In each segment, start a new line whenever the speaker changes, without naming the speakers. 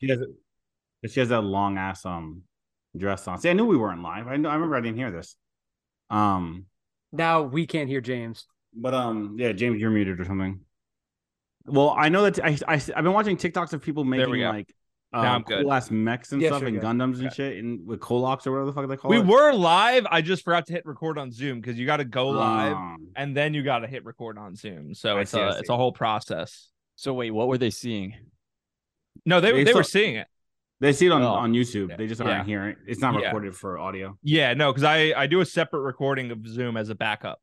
She has, she has that long ass um dress on. See, I knew we weren't live. I know. I remember I didn't hear this. Um,
Now we can't hear James.
but um, yeah, James, you're muted or something. Well, I know that I, I have been watching TikToks of people
There
making
we go.
like
Now I'm
um,
good.
cool ass mechs and
Yeah,
stuff
sure,
and
yeah.
Gundams and
Okay.
shit and with Kolox or whatever the fuck they call
We
it.
were live. I just forgot to hit record on Zoom because you got to go live
Um,
and then you got to hit record on Zoom. So
I
it's
see, I
a
see.
it's a whole process.
So wait, what were they seeing?
No, they
They
they, were
saw-
seeing it.
they see it on,
Oh.
on YouTube. They just aren't
Yeah.
hearing. It's not
Yeah.
recorded for audio.
Yeah, no, because I I do a separate recording of Zoom as a backup.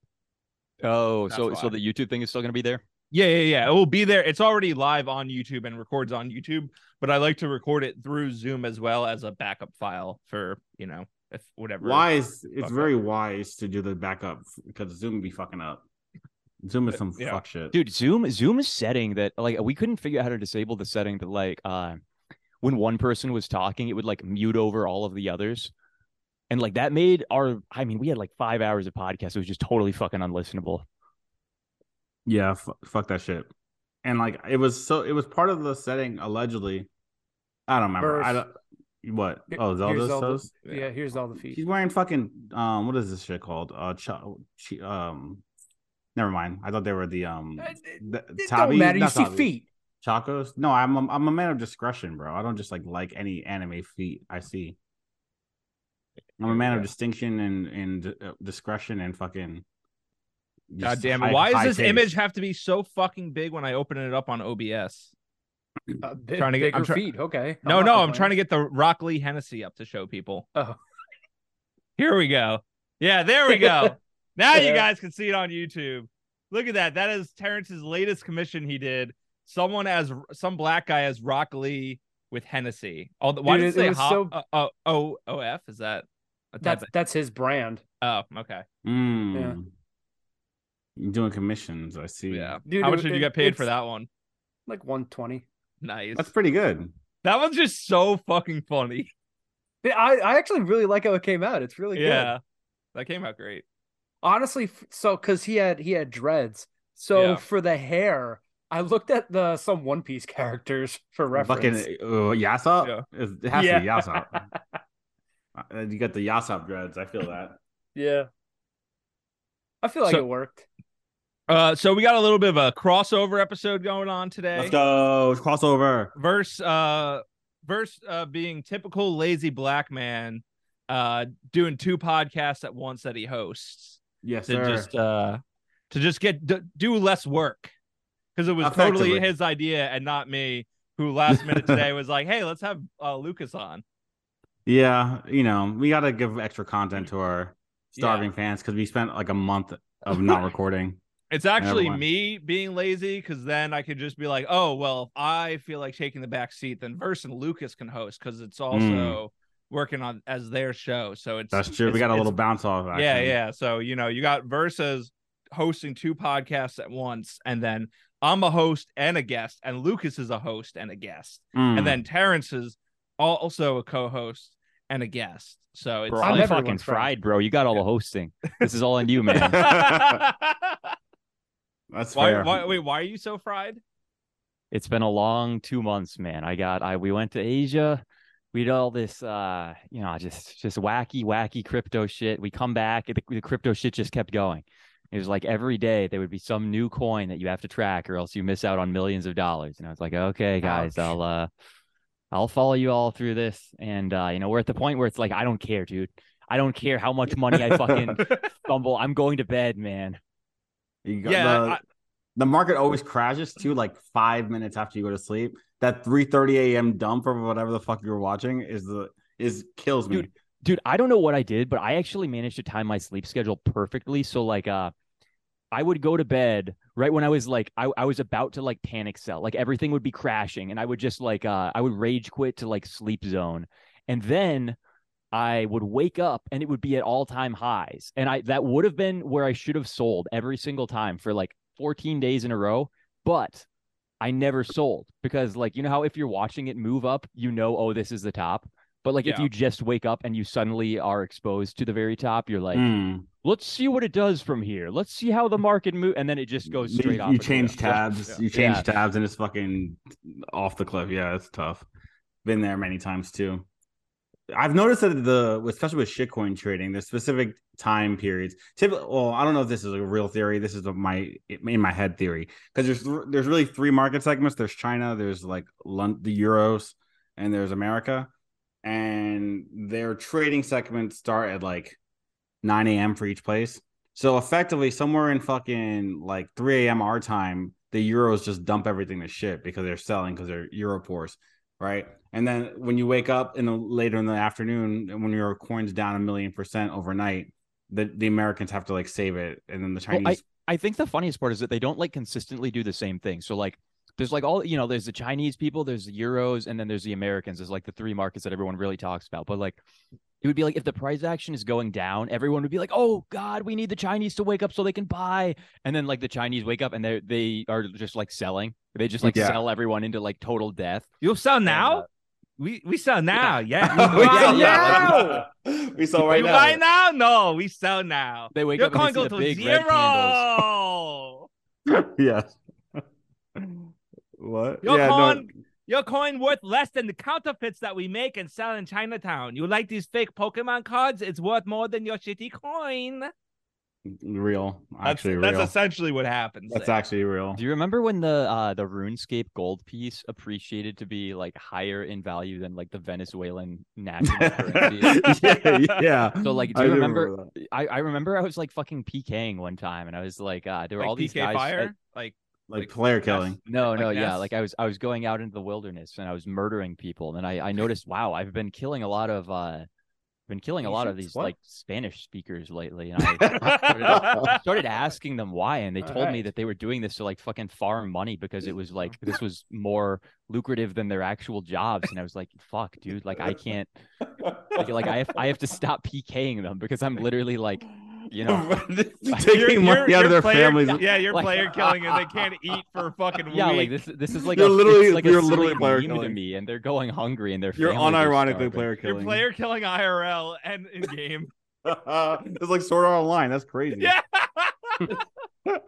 Oh, so
That's
so
why.
the YouTube thing is still gonna be there.
Yeah, yeah, yeah. It will be there. It's already live on YouTube and records on YouTube, but I like to record it through Zoom as well as a backup file for you know if whatever.
Wise. It's
fuck
very wise to do the backup because Zoom would be fucking up. Zoom is some
Yeah.
fuck shit.
Dude, Zoom Zoom's setting that like we couldn't figure out how to disable the setting that like uh when one person was talking, it would like mute over all of the others. And like that made our I mean, we had like five hours of podcast. It was just totally fucking unlistenable.
Yeah, f- fuck that shit. And like it was so it was part of the setting allegedly. I don't remember. I
Verse.
don't what?
Here-
Oh, Zelda's
here's all the-
toes?
Yeah, here's all the
She's
feet.
wearing fucking um what is this shit called? Uh ch- chi- um never mind. I thought they were the um
Uh,
the,
It
tabi-
don't matter. You
not
see
tabi.
feet.
Chacos? No, I'm a, I'm a man of discretion, bro. I don't just like like any anime feet I see. I'm a man of distinction and and uh, discretion and fucking
God
just
damn it!
high-
Why
high
does this
taste.
image have to be so fucking big when I open it up on OBS?
Uh, big,
Trying to get-
bigger
I'm try-
feet. Okay.
No, no, I'm trying to get the Rock Lee Hennessy up to show people.
Oh.
Here we go. Yeah, there we go. now you
Yeah.
guys can see it on YouTube. Look at that. That is Terrence's latest commission he did. Someone as some black guy as Rock Lee with Hennessy. Oh, why
Dude,
did it
it- it
say
was
hop?
so-
uh, uh, O O F? Is that a type
That's that's his brand,
of- Oh, okay.
Mm. You're doing commissions, I see.
Yeah.
Dude,
How much
it-
did
it-
you get paid for
it's-
that one?
like 120.
Nice.
That's pretty good.
That one's just so fucking funny.
Yeah, I I actually really like how it came out. It's really good.
yeah. That came out great.
honestly f- so because he had he had dreads so
Yeah.
for the hair i looked at the some one piece characters for reference
Fucking uh, Yasop? It has to be
Yeah.
Yasop. Uh, you got the Yasop dreads. I feel that.
yeah i feel like
So-
it worked
Uh, so we got a little bit of a crossover episode going on today.
Let's go. Crossover.
Verse, uh, verse, uh, being typical lazy black man, uh, doing two podcasts at once that he hosts
Yes,
to
sir.
just, uh, to just get d- do less work because it was
Effectively.
totally his idea and not me who last minute today was like, hey, let's have uh, Lucas on.
Yeah, you know, we got to give extra content to our starving fans because we spent like a month of not recording.
It's actually
Everyone.
me being lazy because then I could just be like, oh, well, if I feel like taking the back seat, then Verse and Lucas can host because
Mm.
it's also working on as their show. So it's
That's true. we
it's-
got a little
it's-
bounce off. Action.
Yeah, yeah. So, you know, you got Versus hosting two podcasts at once, and then I'm a host and a guest, and Lucas is a host and a guest,
Mm.
and then Terrence is al- also a co host and a guest. So it's
Bro,
I'm
I'm
like-
everyone's
fucking
friend.
fried, bro. You got all the hosting. This is all on you, man.
that's
why,
fair.
why, wait, why are you so fried?
it's been a long two months man i got i we went to asia we did all this uh you know just just wacky wacky crypto shit we come back and the, the crypto shit just kept going it was like every day there would be some new coin that you have to track or else you miss out on millions of dollars and i was like okay guys
Ouch.
i'll uh i'll follow you all through this and uh you know we're at the point where it's like i don't care dude i don't care how much money i fucking fumble i'm going to bed man
You got
Yeah,
the,
I-
the market always crashes too, like five minutes after you go to sleep. That three thirty a.m. dump or whatever the fuck you're watching is the is kills me.
Dude, dude i don't know what i did but i actually managed to time my sleep schedule perfectly so like uh i would go to bed right when i was like i, I was about to like panic sell like everything would be crashing and i would just like uh i would rage quit to like sleep zone and then i would wake up and it would be at all time highs and i that would have been where i should have sold every single time for like 14 days in a row but i never sold because like you know how if you're watching it move up you know oh this is the top but like if
Yeah.
you just wake up and you suddenly are exposed to the very top, you're like,
Mm.
let's see what it does from here. Let's see how the market move, and then it just goes
You-
straight
you,
off. a cliff.
change tabs.
Yeah.
You change
Yeah.
tabs, and it's fucking off the cliff. Yeah, it's tough. Been there many times too. I've noticed that the especially with shitcoin trading, there's specific time periods. Typically, well, I don't know if this is a real theory. This is a, my in my head theory because there's there's really three market segments. There's China, there's like Lon- the euros, and there's America. And their trading segments start at like 9 a.m. for each place. So effectively, somewhere in fucking like 3 a.m. our time, the euros just dump everything to shit because they're selling because they're euro pours, right? And then when you wake up in the later in the afternoon, and when your coin's down a million percent overnight, the, the Americans have to like save it, and then the
Well,
Chinese.
I think the funniest part is that they don't like consistently do the same thing. So like there's like all you know, there's the Chinese people, there's the Euros, and then there's the Americans. There's like the three markets that everyone really talks about. But like it would be like if the price action is going down, everyone would be like, "Oh God, we need the Chinese to wake up so they can buy." And then like the Chinese wake up and they they are just like selling. They just like
Yeah.
sell everyone into like total death.
You'll sell
And,
now.
uh,
we we sell now. Yeah.
Oh,
You
yeah,
buy now.
yeah, we saw right
you
now.
buy now? No, we sell now.
They wake
Your
up and
coin goes
they see the
to
big red candles.
zero.
Yes. what?
Your
yeah,
coin, your coin worth less than the counterfeits that we make and sell in Chinatown. You like these fake Pokemon cards? It's worth more than your shitty coin.
no, real. Actually,
that's,
real.
that's essentially what happens.
That's
there.
actually real.
Do you remember when the uh the RuneScape gold piece appreciated to be like higher in value than like the Venezuelan national currency?
yeah, yeah.
So like do
I
you
do
remember
that.
I, I remember I was like fucking PKing one time and I was like uh there were
like
all these
PK
guys
fire,
at-
like
Like,
like,
player killing.
no,
like
no, yeah.
Ness?
Like I was I was going out into the wilderness and I was murdering people. And I, I noticed, wow, I've been killing a lot of uh been killing a lot of
Asians?
these
What?
like Spanish speakers lately. And I started, started asking them why, and they told me
Alright.
that they were doing this to like fucking farm money because it was like this was more lucrative than their actual jobs. And I was like, fuck, dude, like I can't like, like I have I have to stop PKing them because I'm literally like, you know,
taking
You're-
money
you're-
out of their
you're player-
families.
Yeah, you're
Like-
player killing and they can't eat for a fucking
yeah, like
week.
this this is like
You're
a,
literally-
it's like a
you're
silly
literally player
meme to
killing.
me, and they're going hungry and they're
You're unironically player
you're
killing.
player killing IRL and in game.
it's like Sword Art Online. That's crazy.
yeah.
Fuck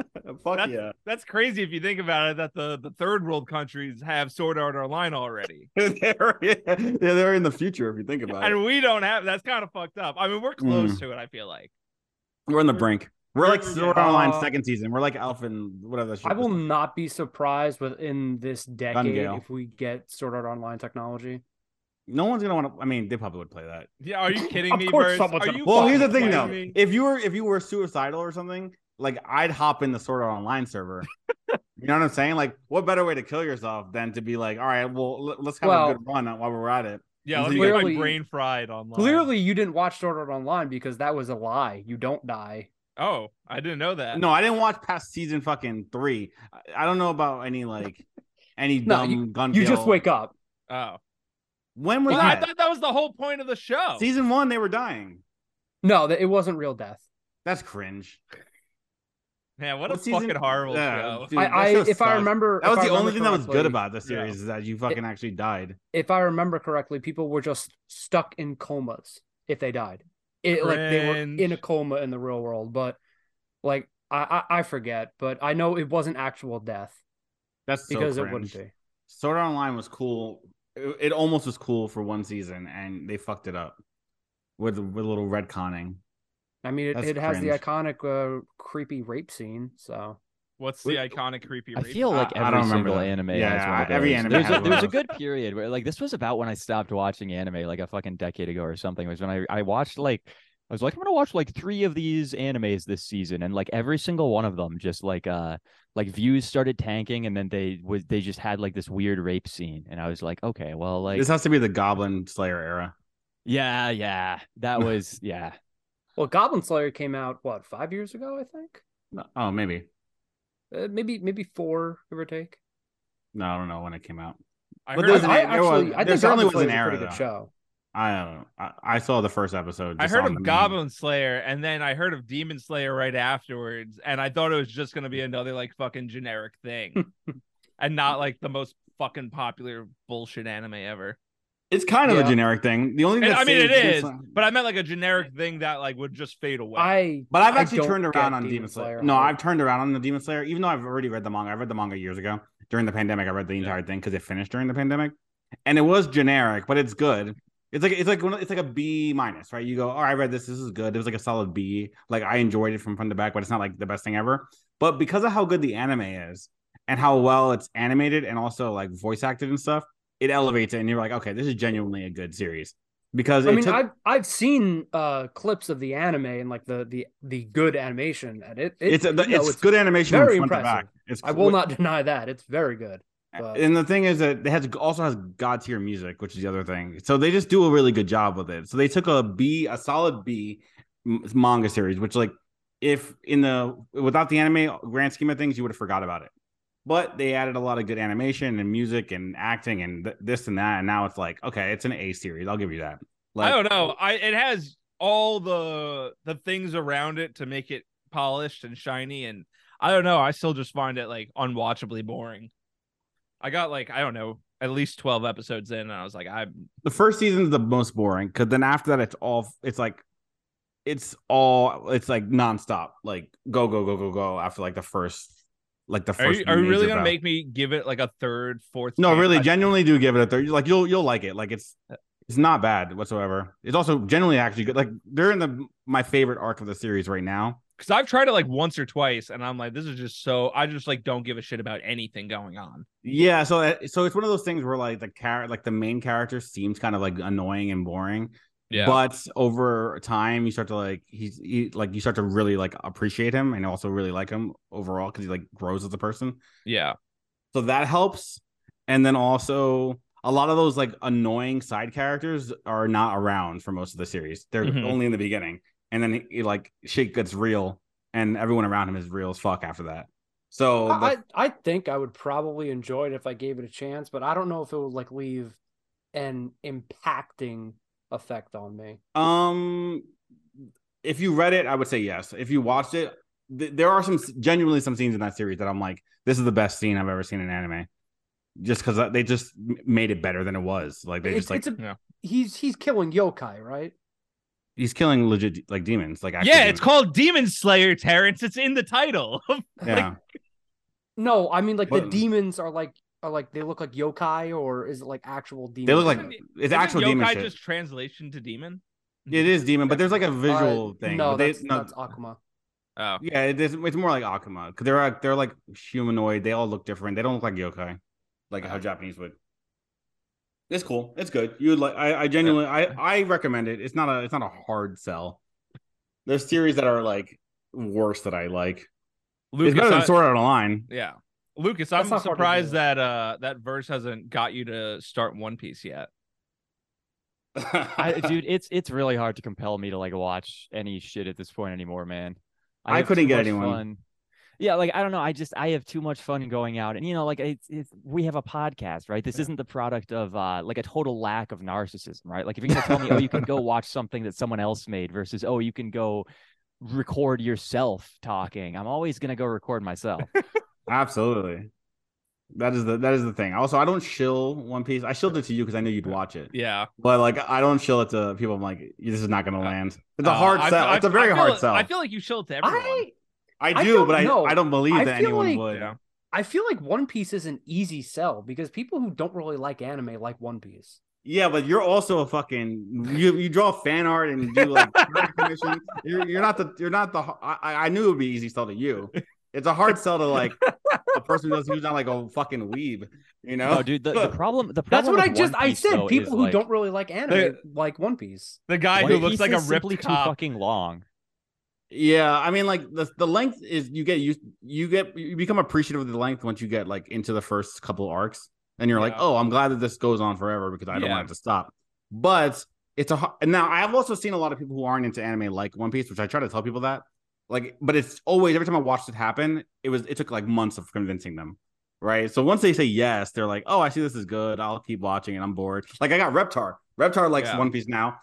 That's-
yeah.
That's crazy if you think about it. That the, the third world countries have Sword Art Online already,
they're, yeah, they're in the future if you think about it.
and we don't have. That's kind of fucked up. I mean, we're
Mm.
close to it. I feel like.
We're on the brink. We're like
We're-
Sword Art Online
Uh,
second season. We're like Alpha and whatever that shit.
I will
is.
not be surprised within this decade
Gale.
if we get Sword Art Online technology.
No one's gonna want to. I mean, they probably would play that.
Yeah, are you kidding
Of
me?
course
Verse?
someone's
Are
gonna
you
Well, here's the
fucking
thing though.
kidding me?
If you were if you were suicidal or something, like I'd hop in the Sword Art Online server. you know what I'm saying? Like, what better way to kill yourself than to be like, all right, well, let- let's have
Well-
a good run while we're at it.
Yeah, let me get
Clearly-
my brain fried online.
Clearly, you didn't watch Sword Art Online because that was a lie. You don't die.
Oh, I didn't know that.
No, I didn't watch past season fucking three. I- I don't know about any like any
No,
dumb gun.
You just wake up.
Oh,
When was
Well, I
that?
thought that was the whole point of the show.
Season one, they were dying.
No, that it wasn't real death.
That's cringe.
Man, what,
What
a
season-
fucking horrible
Yeah,
show.
dude,
I,
that
I
show
if I
sucked.
remember,
that
if
was
I
the only
remember
thing that was good
correctly-
about the
yeah.
series is that you fucking actually died.
if I remember correctly, people were just stuck in comas if they died. It like they were in a
Cringe.
coma in the real world, but like I I, I forget, but I know it wasn't actual death
That's so
because it
cringe.
wouldn't be.
Sword Art Online was cool. It, it almost was cool for one season, and they fucked it up with with a little retconning.
I mean, it,
That's
it has the
cringe.
iconic uh, creepy rape scene. So
What's the iconic creepy?
I
rape?
feel like
I- I don't
every
remember
single
that.
anime
Yeah,
has one of
I- every
those.
anime
There's
has
a,
one of
there's a
those.
good period where like this was about when I stopped watching anime like a fucking decade ago or something. Was when I I watched like I was like I'm gonna watch like three of these animes this season and like every single one of them just like uh like views started tanking and then they was they just had like this weird rape scene and I was like okay well like
this has to be the Goblin Slayer era.
yeah yeah that was yeah
well, Goblin Slayer came out what five years ago, I think.
No- Oh, maybe.
Uh, maybe maybe four give or take.
No, I don't know when it came out.
I
but
heard,
there's
I-
an-
I
there was-
actually I
there
think
certainly
Goblin
was an
Slayer is a
era,
pretty good
though.
show.
I don't know. I, I saw the first episode.
I
just
heard
on
of
the meme.
Goblin Slayer, and then I heard of Demon Slayer right afterwards, and I thought it was just gonna be another like fucking generic thing, and not like the most fucking popular bullshit anime ever.
It's kind of
Yeah.
a generic thing. The only thing
And,
that
I mean, it
saved Demon
is,
Slayer-
but I meant like a generic thing that like would just fade away.
I
But I've
I
actually
don't
turned
get
around on
Demon
Demon Slayer.
Slayer
No,
hype.
I've turned around on the Demon Slayer, even though I've already read the manga. I read the manga years ago during the pandemic. I read the
Yeah.
entire thing because it finished during the pandemic. and it was generic, but it's good. It's like it's like one of- it's like a B minus, right? You go, oh, I read this. This is good. It was like a solid B. Like I enjoyed it from front to back, but it's not like the best thing ever. But because of how good the anime is and how well it's animated and also like voice acted and stuff, it elevates it, and you're like, okay, this is genuinely a good series. Because
I
it
mean,
took-
I've I've seen uh clips of the anime and like the the the good animation at it. it
it's, a,
you know,
it's good animation from
very
front to
impressive.
back. It's
I will not deny that. It's very good. but-
And the thing is that it has also has god tier music, which is the other thing. So they just do a really good job with it. So they took a B, a solid B m- manga series, which like if in the without the anime grand scheme of things, you would have forgot about it. But they added a lot of good animation and music and acting and th- this and that, and now it's like okay, it's an A series. I'll give you that. Like
I don't know. I it has all the the things around it to make it polished and shiny, and I don't know. I still just find it like unwatchably boring. I got like I don't know at least twelve episodes in, and I was like, I'm
the first season's the most boring because then after that it's all it's like it's all it's like nonstop like go go go go go after like the first like the
are
first
you, are you
major
really gonna
battle.
make me give it like a third, fourth?
no
chance?
really
I-
genuinely do give it a third like you'll you'll like it like it's it's not bad whatsoever it's also generally actually good like they're in the my favorite arc of the series right now
because I've tried it like once or twice, and I'm like, this is just so. I just like don't give a shit about anything going on.
Yeah, so that, so it's one of those things where like the char- like the main character seems kind of like annoying and boring.
Yeah.
But over time, you start to like he's he, like you start to really like appreciate him and also really like him overall because he like grows as a person.
Yeah,
So that helps. And then also a lot of those like annoying side characters are not around for most of the series. They're
Mm-hmm.
Mhm.
only in the beginning, and then he, he, like shit gets real, and everyone around him is real as fuck after that. So the-
I, I I think I would probably enjoy it if I gave it a chance, but I don't know if it would like leave an impacting effect on me.
Um, if you read it, I would say yes. If you watched it, th- there are some genuinely some scenes in that series that I'm like, this is the best scene I've ever seen in anime, just because they just m- made it better than it was. Like they
It's,
just like
it's a
yeah.
he's he's killing yokai, right?
he's killing legit de- like demons, like actual
yeah. It's
demons.
called Demon Slayer, Terrence. It's in the title.
yeah.
No, I mean like the
Well-
demons are like are like they look like yokai or is it like actual demons?
they look like
Isn't-
it's
Isn't
actual demon
yokai
shit.
just translation to demon.
It is demon, but there's like a
Uh,
visual thing.
No,
but they,
that's,
no,
that's Akuma.
Oh,
yeah, it is, it's more like Akuma because they're like, they're like humanoid. They all look different. They don't look like yokai, like
Uh-huh.
how Japanese would. It's cool. It's good. You would like. I, I genuinely. I I recommend it. It's not a. It's not a hard sell. There's series that are like worse that I like.
Lucas.
it's better than
I-
Sword Art Online.
Yeah. Lucas,
That's not
I'm
hard to do.
surprised that uh that verse hasn't got you to start One Piece yet.
I, dude, it's it's really hard to compel me to like watch any shit at this point anymore, man.
I
have
couldn't
too
get
much
anyone.
fun- Yeah, like I don't know. I just I have too much fun going out, and you know, like it's, it's we have a podcast, right? This isn't the product of uh like a total lack of narcissism, right? Like if you're gonna tell me, oh, you can go watch something that someone else made versus oh, you can go record yourself talking. I'm always gonna go record myself.
Absolutely. That is the that is the thing. Also, I don't shill One Piece. I shilled it to you because I knew you'd watch it.
Yeah.
But like, I don't shill it to people. I'm like, this is not going to
Uh,
land. It's a
Uh,
hard
I-
sell.
I-
it's a
I
very
feel-
hard sell.
I feel like you shill it to everyone.
I
I
I
do,
don't
but I,
know.
I don't believe
I
that
feel
anyone
like-
would.
yeah.
I feel like One Piece is an easy sell because people who don't really like anime like One Piece.
Yeah, but you're also a fucking you. You draw fan art and do like character commission. You're, you're not the you're not the. I, I- I knew it would be easy sell to you. It's a hard sell to like a person who's who's not like a fucking weeb. You know,
No, dude, the, the problem the problem
That's what I
with
just
One
I
Piece,
said.
though,
people
is,
who
like,
don't really like anime
They-
like One Piece.
The guy
One
who looks
Piece
like a
is simply
ripped
too
cop.
fucking long.
Yeah, I mean, like the the length is you get you you get you become appreciative of the length once you get like into the first couple arcs, and you're like,
Yeah.
oh, I'm glad that this goes on forever because I don't
Yeah.
want it to stop. But it's a hu- and now I've also seen a lot of people who aren't into anime like One Piece, which I try to tell people that like, but it's always every time I watched it happen, it was it took like months of convincing them. Right. So once they say yes, they're like, oh, I see this is good. I'll keep watching and I'm bored. Like I got Reptar. Reptar likes
Yeah.
One Piece now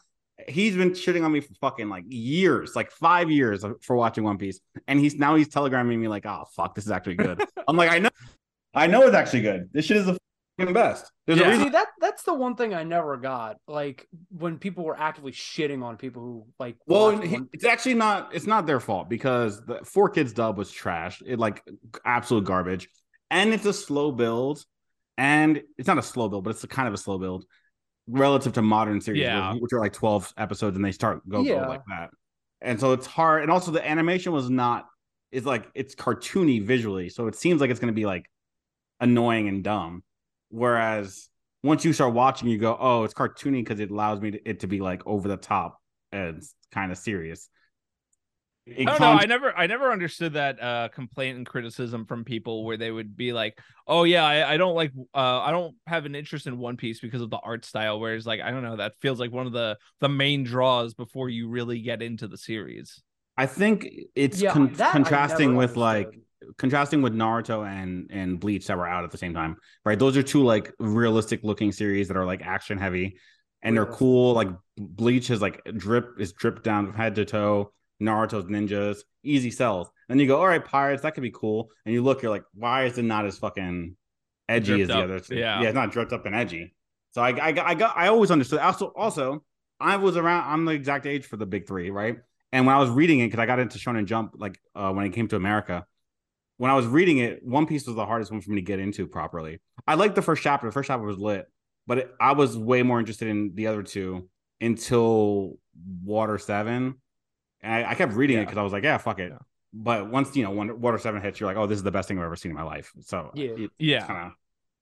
he's been shitting on me for fucking like years, like five years of- for watching One Piece, and he's now he's telegramming me like, "Oh fuck, this is actually good." I'm like, I know, I know it's actually good. This shit is the fucking best. There's
Yeah.
a
See
reason.
that that's the one thing I never got. Like when people were actively shitting on people who like
Well,
watch
he-
One-
it's actually not. It's not their fault because the four kids dub was trash. It like absolute garbage, and it's a slow build, and it's not a slow build, but it's a kind of a slow build relative to modern series,
Yeah.
which are like twelve episodes, and they start go
Yeah.
go like that. And so it's hard, and also the animation was not. It's like it's cartoony visually, so it seems like it's going to be like annoying and dumb. Whereas once you start watching, you go, "Oh, it's cartoony because it allows me to, it to be like over the top and kind of serious." It
I don't know.
comes-
I never, I never understood that uh, complaint and criticism from people where they would be like, "Oh yeah, I, I don't like, uh, I don't have an interest in One Piece because of the art style." Whereas, like, I don't know, that feels like one of the the main draws before you really get into the series.
I think it's
yeah,
con-
that I
contrasting
never
with like
understood.
contrasting with Naruto and and Bleach that were out at the same time, right? Those are two like realistic looking series that are like action heavy, and they're
Realistic.
cool. Like Bleach is like drip is dripped down from head to toe. Naruto's ninjas, easy sells. Then you go, all right, pirates, that could be cool. And you look, you're like, why is it not as fucking edgy
Dripped
as the
up,
other? two?
yeah.
yeah, it's not dripped up and edgy. So I, I, got- I got, I always understood. Also, also, I was around. I'm the exact age for the big three, right? And when I was reading it, because I got into Shonen Jump, like uh, when it came to America, when I was reading it, One Piece was the hardest one for me to get into properly. I liked the first chapter. The first chapter was lit, but it, I was way more interested in the other two until Water Seven, and I, I kept reading it
Yeah.
because I was like, yeah, fuck it.
Yeah.
But once you know, when Water Seven hits, you're like, oh, this is the best thing I've ever seen in my life. So
Yeah.
it-
Yeah,
it's kinda-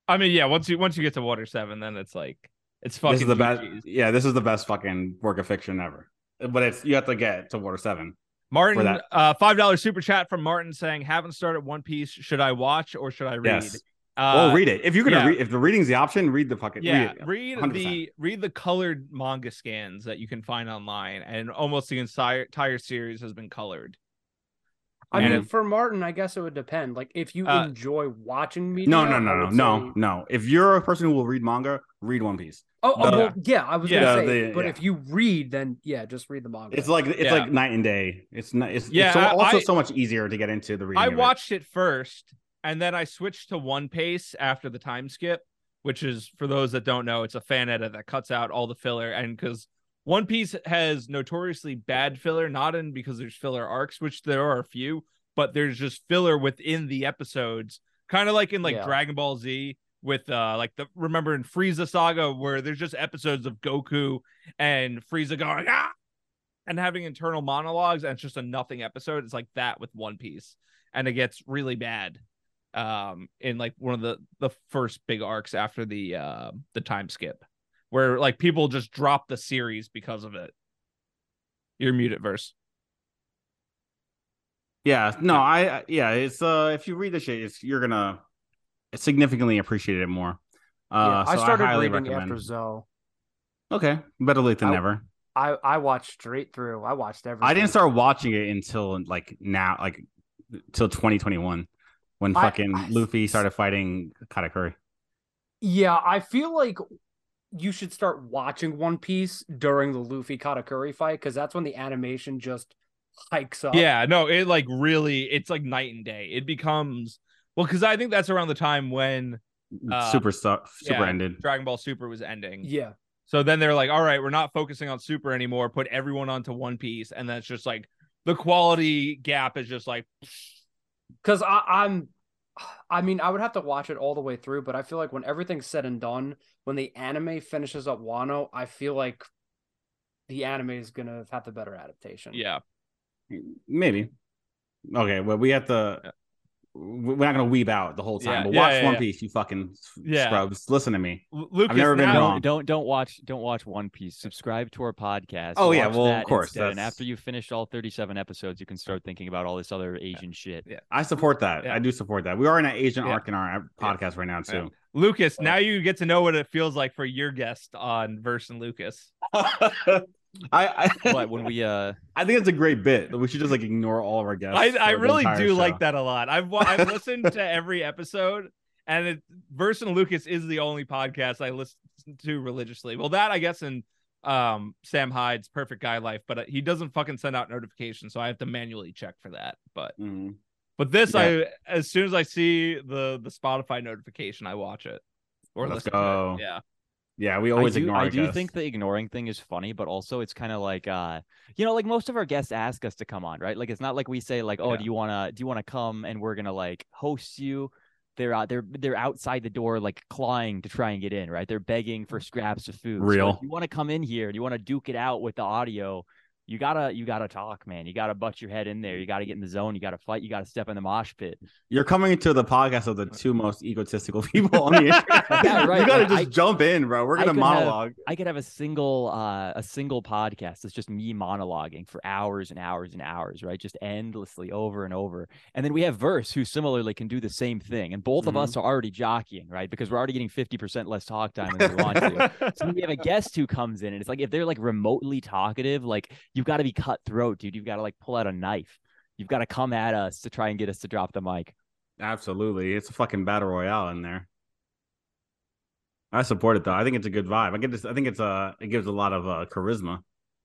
I mean, yeah. Once you once you get to Water Seven, then it's like it's fucking
this is the best.
GGs.
Yeah, this is the best fucking work of fiction ever. But it's you have to get to Water Seven.
Martin,
that.
uh, five dollar super chat from Martin saying, "Haven't started One Piece. Should I watch or should I read?"
Yes.
Uh,
well, read it if you're gonna
yeah.
read. If the reading's the option, read the fucking.
yeah,
read it.
read,
100%.
the read the colored manga scans that you can find online, and almost the entire entire series has been colored.
I mean,
And-
for Martin, I guess it would depend. Like, if you
Uh,
enjoy watching media,
No, no,
I
no, no,
would
no,
say-
no. If you're a person who will read manga, read One Piece.
Oh, oh,
The-
well, yeah, I was
Yeah,
gonna say,
the-
but
yeah.
if you read, then yeah, just read the manga.
It's like it's
Yeah.
like night and day. It's not. It's,
Yeah,
it's so,
I-
also
I-
so much easier to get into the reading.
I
of it.
watched it first, and then I switched to One Piece after the time skip, which is for those that don't know, it's a fan edit that cuts out all the filler, and because One Piece has notoriously bad filler, not in because there's filler arcs, which there are a few, but there's just filler within the episodes, kind of like in like
Yeah.
Dragon Ball Z with uh like the remember in Frieza saga where there's just episodes of Goku and Frieza going ah and having internal monologues and it's just a nothing episode. It's like that with One Piece and it gets really bad um in like one of the the first big arcs after the uh the time skip where like people just drop the series because of it you're muted verse
Yeah, no, I I- yeah, it's uh if you read the shit, it's you're gonna significantly appreciate it more.
Yeah,
Uh, so
I started
highly
reading
recommend.
after Zoe.
Okay, better late than
I-
never.
I I watched straight through. I watched everything.
I didn't start watching it until like now, like till 2021, when
I-
fucking
I-
Luffy started fighting Katakuri.
Yeah, I feel like you should start watching One Piece during the Luffy Katakuri fight because that's when the animation just hikes up.
Uh, yeah no it like really it's like night and day it becomes well because i think that's around the time when Uh,
super stuff, super
yeah.
ended.
dragon ball super was ending
yeah.
So then they're like, all right, we're not focusing on Super anymore. Put everyone onto One Piece. And that's just like the quality gap is just like,
Because I'm, I mean, I would have to watch it all the way through, but I feel like when everything's said and done, when the anime finishes up Wano, I feel like the anime is gonna have the better adaptation.
yeah.
Maybe. Okay, well, we have to. We're not gonna weeb out the whole time,
Yeah,
but
yeah,
watch
yeah,
One
yeah.
Piece, you fucking s-
Yeah.
scrubs. Listen to me.
L- Lucas,
never been
now-
wrong.
Don't, don't don't watch don't watch One Piece. Subscribe to our podcast.
Oh, yeah,
Watch
well, of
that
course,
instead, And
that's-
after you finish all 37 episodes, you can start thinking about all this other Asian shit.
I support that.
Yeah.
I do support that. We are in an Asian
Yeah.
arc in our podcast right now too.
Lucas, now you get to know what it feels like for your guest on Verse and Lucas.
I I,
But when we uh
I think it's a great bit. We should just like ignore all of our guests.
I,
for
I
the
really
entire
do
show.
like that a lot. I've wa- I've listened to every episode, and it, Verse and Lucas is the only podcast I listen to religiously. Well, that I guess in um Sam Hyde's Perfect Guy Life, but uh, he doesn't fucking send out notifications, so I have to manually check for that. But
Mm.
But this, I as soon as I see the the Spotify notification, I watch it or
Let's
listen
go.
to it. Yeah,
Yeah, we
I
always
do,
ignore.
I
our
do
guests.
think the ignoring thing is funny, but also it's kind of like uh you know, like most of our guests ask us to come on, right? Like it's not like we say like, "Oh,
Yeah.
do you want to do you want to come and we're going to like host you?" They're out. They're they're outside the door, like clawing to try and get in. Right? They're begging for scraps of food. So if
Real.
you want to come in here and you want to duke it out with the audio. You gotta you gotta talk, man. You gotta butt your head in there. You gotta get in the zone. You gotta fight. You gotta step in the mosh pit.
You're coming to the podcast of the two most egotistical people on the internet.
Yeah, right,
You gotta
like,
just
I-
jump in, bro. We're
I
gonna
could have-
monologue.
I could have a single uh a single podcast that's just me monologuing for hours and hours and hours, right? Just endlessly over and over. And then we have Verse who similarly can do the same thing. And both of
Mhm.
us are already jockeying, right? Because we're already getting 50% less talk time than we want to. So then we have a guest who comes in and it's like if they're like remotely talkative, like you've got to be cutthroat, dude. You've got to like pull out a knife. You've got to come at us to try and get us to drop the mic.
Absolutely. It's a fucking battle royale in there. I support it though. I think it's a good vibe. I get this. I think it's uh it gives a lot of uh charisma.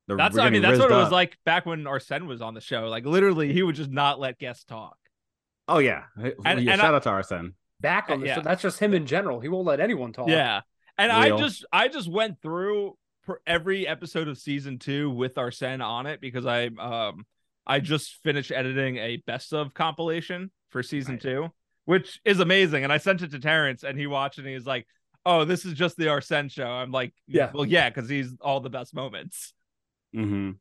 They're-
That's
we're
I mean
getting
that's what
rizzed
it was
up.
like back when Arsene was on the show. Like literally, he would just not let guests talk.
Oh yeah. yeah,
and
shout
I-
out to Arsene.
back
Uh,
on the
Yeah.
show. That's just him in general. He won't let anyone talk.
Yeah, and
Real.
I just I just went through per every episode of season two with Arsene on it because I um I just finished editing a best of compilation for season
Right.
two, which is amazing. And I sent it to Terrence, and he watched it and he's like, "Oh, this is just the Arsene show." I'm like,
Yeah.
well, yeah, because he's all the best moments."
hmm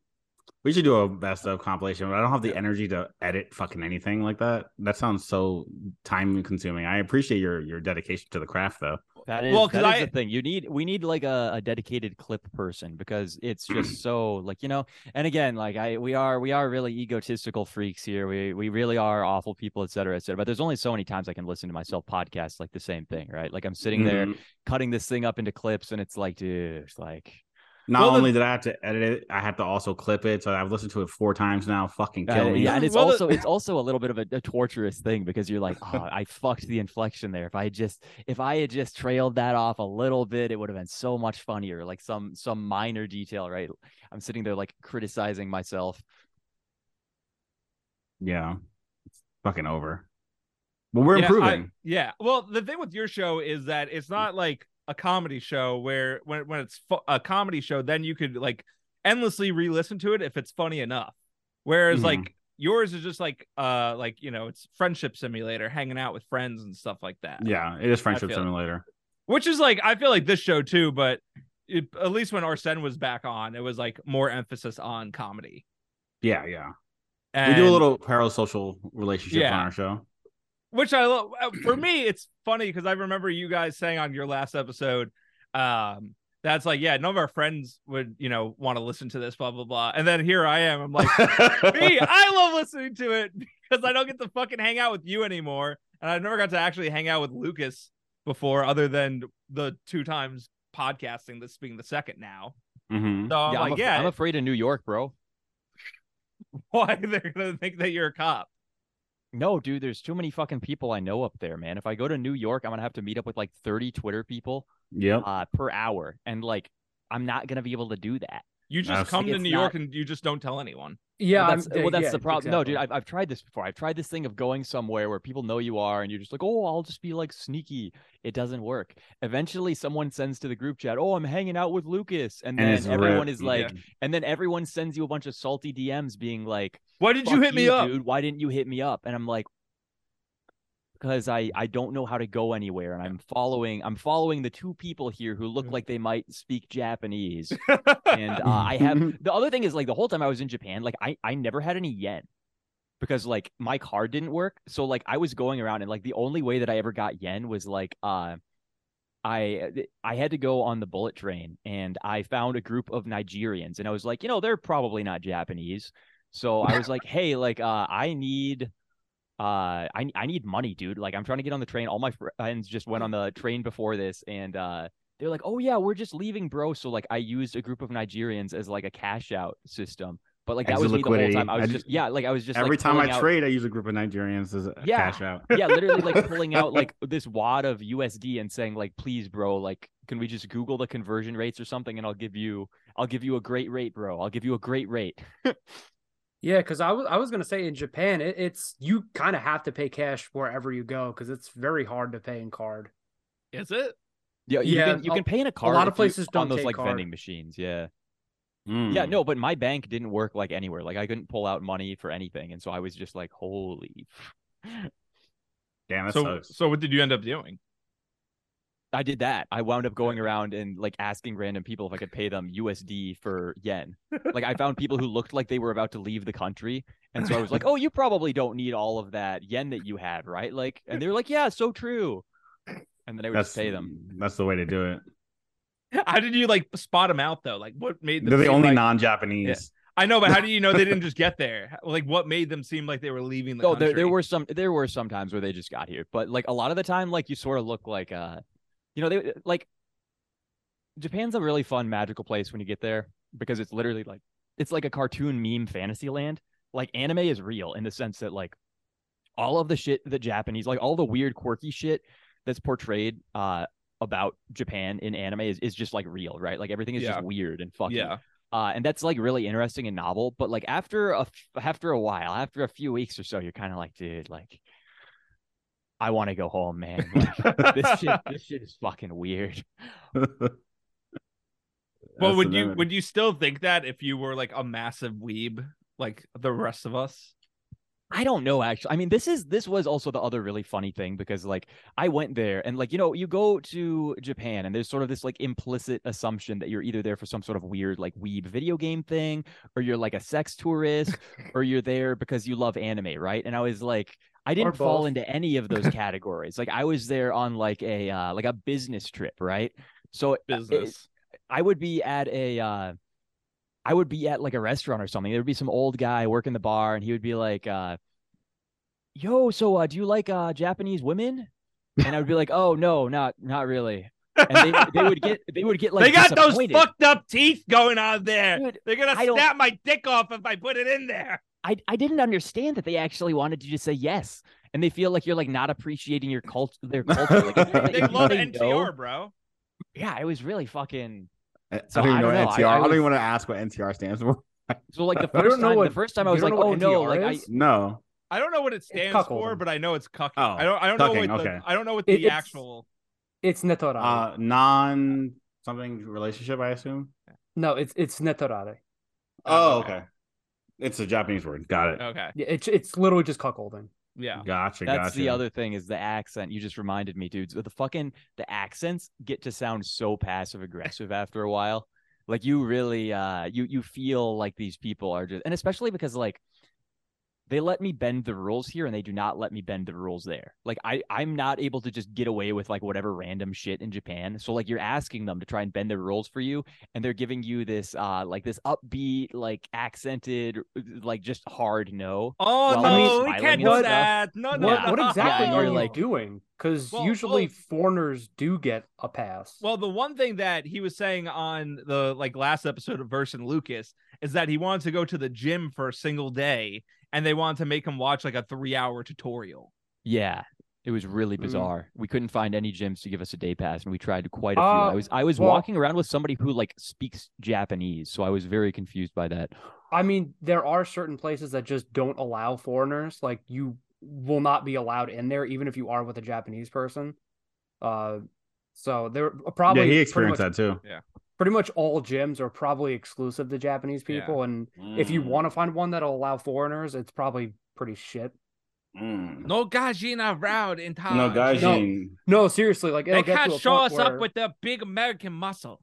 We should do a best of compilation, but I don't have the energy to edit fucking anything like that. That sounds so time consuming. I appreciate your your dedication to the craft though.
That is,
Well, 'cause
that is
I-
the thing. You need we need like a, a dedicated clip person because it's just so like you know. And again, like I we are we are really egotistical freaks here. We we really are awful people, et cetera, et cetera. But there's only so many times I can listen to myself podcast like the same thing, right? Like I'm sitting there
Mhm.
Mm-hmm.
cutting this thing up into clips, and it's like, dude, it's like
Not
Well, the-
only did I have to edit it, I had to also clip it. So I've listened to it four times now. Fucking
Uh,
kill me.
yeah, and it's
Well, the-
also it's also a little bit of a, a torturous thing because you're like, oh, I fucked the inflection there. If I had just if I had just trailed that off a little bit, it would have been so much funnier. Like some some minor detail, right? I'm sitting there like criticizing myself.
Yeah. It's fucking over. But we're
Yeah, I-
improving.
yeah. Well, the thing with your show is that it's not like a comedy show where when when it's fu- a comedy show, then you could like endlessly re-listen to it if it's funny enough. Whereas
Mhm.
like yours is just like uh like you know it's friendship simulator, hanging out with friends and stuff like that.
yeah, it is friendship
feel it.
simulator.
Which is like I feel like this show too, but it, at least when Arsene was back on, it was like more emphasis on comedy.
Yeah, yeah.
And,
we do a little parasocial relationship
Yeah.
on our show.
which I love. uh, For me, it's funny because I remember you guys saying on your last episode, um, that's like, yeah, none of our friends would, you know, want to listen to this, blah blah blah. And then here I am. I'm like, me, I love listening to it because I don't get to fucking hang out with you anymore, and I've never got to actually hang out with Lucas before, other than the two times podcasting. This being the second now.
Mhm.
So I'm
yeah,
like,
I'm, af-
yeah,
I'm afraid of New York, bro.
why they're gonna think that you're a cop?
No, dude, there's too many fucking people I know up there, man. If I go to New York, I'm gonna have to meet up with like 30 Twitter people
Yep.
uh, per hour, and like I'm not gonna be able to do that.
You just
Absolutely.
come to
It's
New
not-
York and you just don't tell anyone.
yeah.
well,
I'm-
that's, well, that's
yeah,
the problem. No, dude,
exactly.
I've, I've tried this before. I've tried this thing of going somewhere where people know you are, and you're just like, oh, I'll just be like sneaky. It doesn't work. Eventually, someone sends to the group chat, oh, I'm hanging out with Lucas, and,
And it's
then everyone
ripped.
is like,
Yeah.
and then everyone sends you a bunch of salty DMs being like,
Why did you
"Fuck
hit me up?
dude? Why didn't you hit me up? And I'm like, because I I don't know how to go anywhere, and I'm following I'm following the two people here who look like they might speak Japanese, and uh, I have the other thing is like the whole time I was in Japan, like I I never had any yen because like my card didn't work. So like I was going around and like the only way that I ever got yen was like uh I I had to go on the bullet train and I found a group of Nigerians and I was like, you know, they're probably not Japanese. So I was like, hey, like uh I need uh I I need money, dude. Like I'm trying to get on the train. All my friends just went on the train before this and uh they're like, "Oh yeah, we're just leaving, bro." So like I used a group of Nigerians as like a cash out system. But like that
Exit
was me
liquidity.
the whole time. I was
I
just
ju-
yeah, like I was just
Every
like,
time
pulling
I
out-
trade, I use a group of Nigerians as a
Yeah.
cash out.
yeah, literally like pulling out like this wad of USD and saying like, "Please, bro, like can we just google the conversion rates or something and I'll give you I'll give you a great rate, bro. I'll give you a great rate."
Yeah, because I was I was gonna say in Japan, it, it's you kind of have to pay cash wherever you go because it's very hard to pay in card.
Is it?
Yeah, you
Yeah,
can you
a-
can pay in a card.
lot of
if you-
places
on
don't
those
take
like
card. Hmm.
vending machines, yeah. Yeah,
Mm.
no, but my bank didn't work like anywhere. Like I couldn't pull out money for anything and so I was just like, "Holy
Damn, that
so
sucks.
so what did you end up doing?
I did that. I wound up going around and like asking random people if I could pay them USD for yen. Like I found people who looked like they were about to leave the country, and so I was like, "Oh, you probably don't need all of that yen that you had, right?" Like, and they were like, "Yeah, so true." And then I would
That's
just pay them.
That's the way to do it.
How did you like spot them out though? Like what made them?
They're the
seem
only
like-
non-Japanese.
I know, but how do you know they didn't just get there? Like what made them seem like they were leaving the
Oh,
country?
there, there were some there were some times where they just got here, but like a lot of the time, like you sort of look like uh, you know, they like Japan's a really fun magical place when you get there because it's literally like it's like a cartoon meme fantasy land. Like anime is real in the sense that like all of the shit that Japanese like all the weird quirky shit that's portrayed uh about Japan in anime is, is just like real, right? Like everything is
Yeah.
just weird and fucking
Yeah.
uh, and that's like really interesting and novel. But like after a f- after a while, after a few weeks or so, you're kind of like, dude, like I want to go home, man. Like, this shit, this shit is fucking weird.
Well,
That's
would
the
you
limit.
would you still think that if you were like a massive weeb like the rest of us?
I don't know actually. I mean, this is this was also the other really funny thing because like I went there and like you know you go to Japan and there's sort of this like implicit assumption that you're either there for some sort of weird like weeb video game thing or you're like a sex tourist or you're there because you love anime, right? And I was like I didn't fall
both.
into any of those categories. like I was there on like a uh, like a business trip, right? So uh, it-
Business.
I would be at a uh I would be at like a restaurant or something. There would be some old guy working the bar and he would be like uh Yo, so uh do you like uh Japanese women? And I would be like, "Oh no, not not really." And they, they would get they would get like
they got those
disappointed.
fucked up teeth going on there.
Dude,
They're gonna
I don't-
snap my dick off if I put it in there.
I I didn't understand that they actually wanted you to say yes. And they feel like you're like not appreciating your cult their culture. Like, if-
They
They
if you
love
say
NTR,
no-
bro.
yeah, it was really fucking
I Eh, I
So
don't even
I
know
don't know.
what
I-
NTR. I,
I
don't even
was-
want to ask what NTR stands for.
so like the
I don't
first
know
time
what-
the first time I
you
was
don't
like,
know
"Oh
what NTR
no, like I
is?
No,
I don't know what it stands for,
cuckolding.
but I know it's cucking.
Oh,
I don't I don't
cucking,
know what
okay.
the I don't know what
It-
the
it's-
actual
It's netorare.
uh, non something relationship. I assume.
no, it's it's netorare.
Oh,
Oh,
okay.
okay.
It's a Japanese word. Got it.
Okay.
Yeah, it's it's literally just cuckolding.
Yeah.
Gotcha.
That's
gotcha.
the other thing is the accent. You just reminded me, dudes. The fucking the accents get to sound so passive aggressive after a while. Like you really uh you you feel like these people are just and especially because like they let me bend the rules here and they do not let me bend the rules there. Like I I'm not able to just get away with like whatever random shit in Japan. So like you're asking them to try and bend the rules for you and they're giving you this uh like this upbeat like accented like just hard no.
Oh
Well, I mean,
no, we
smiling
can't
and
do
stuff.
that. No, no,
what
no.
what exactly
Yeah,
are
you're
you
like-
doing? Because
Well,
usually
well-
foreigners do get a pass.
Well, the one thing that he was saying on the like last episode of Verse and Lucas is that he wanted to go to the gym for a single day and they wanted to make him watch like a three hour tutorial.
Yeah, it was really
Mm.
bizarre. We couldn't find any gyms to give us a day pass, and we tried quite a few.
Uh,
I was I was
well-
walking around with somebody who like speaks Japanese, so I was very confused by that.
I mean, there are certain places that just don't allow foreigners. Like you will not be allowed in there, even if you are with a Japanese person. Uh, so there uh, probably
yeah, he
pretty
experienced
much-
that too.
Pretty much all gyms are probably exclusive to Japanese
Yeah. Mm.
people, and Mm. if you want to find one that'll allow foreigners, it's probably pretty shit.
Mm.
No gajina round in time.
no, gaijin,
No, seriously, like it'll
They
get
can't
to a
show
point
us
where
up with their big American muscle.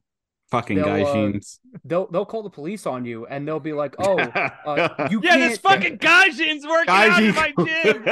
fucking
they'll, uh,
gaijins.
they'll they'll call the police on you, and they'll be like, "Oh, uh, you
Yeah, this
can't-
fucking gaijin's working out in my gym.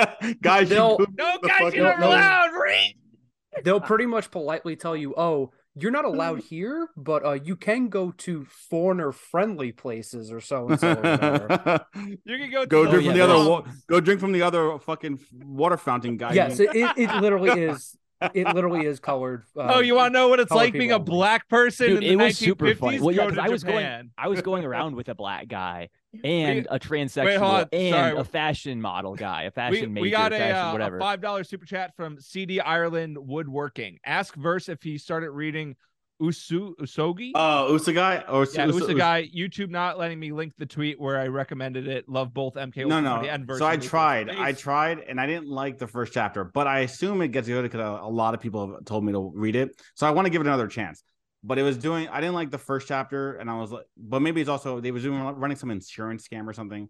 gaijin.
They'll-
poop
No
the fucking-
gaijin are
no.
allowed. Reed.
they'll pretty much politely tell you, "Oh, you're not allowed here, but uh, you can go to foreigner-friendly places or so and so." or whatever."
You can go. To
Go
Oh,
drink
yeah,
from the other.
they're-
Wa- go drink from the other fucking water fountain, guy.
yes, it, it, it literally is. It literally is colored. Uh,
Oh, you want to know what it's
Colored
like being a
people.
black person
Dude,
in the
it was super funny.
1950s?
Well, yeah,
Go
'cause
to
I was going-
Japan.
I was going around with a black guy and a transsexual
on.
and
Sorry.
a fashion model guy, a
we,
fashion major,
we got a,
fashion
uh,
whatever.
a five dollar super chat from CD Ireland Woodworking. Ask Verse if he started reading Usu Usogi.
Oh, Usagai or
yeah,
Us- Us-
Usagai. YouTube not letting me link the tweet where I recommended it. Love both MK.
No, no.
Ultimate and Verse
So I
and Lucas.
tried. I
Thanks.
tried, and I didn't like the first chapter, but I assume it gets good because a, a lot of people have told me to read it. So I want to give it another chance. But it was doing. I didn't like the first chapter, and I was like, but maybe it's also they was doing running some insurance scam or something.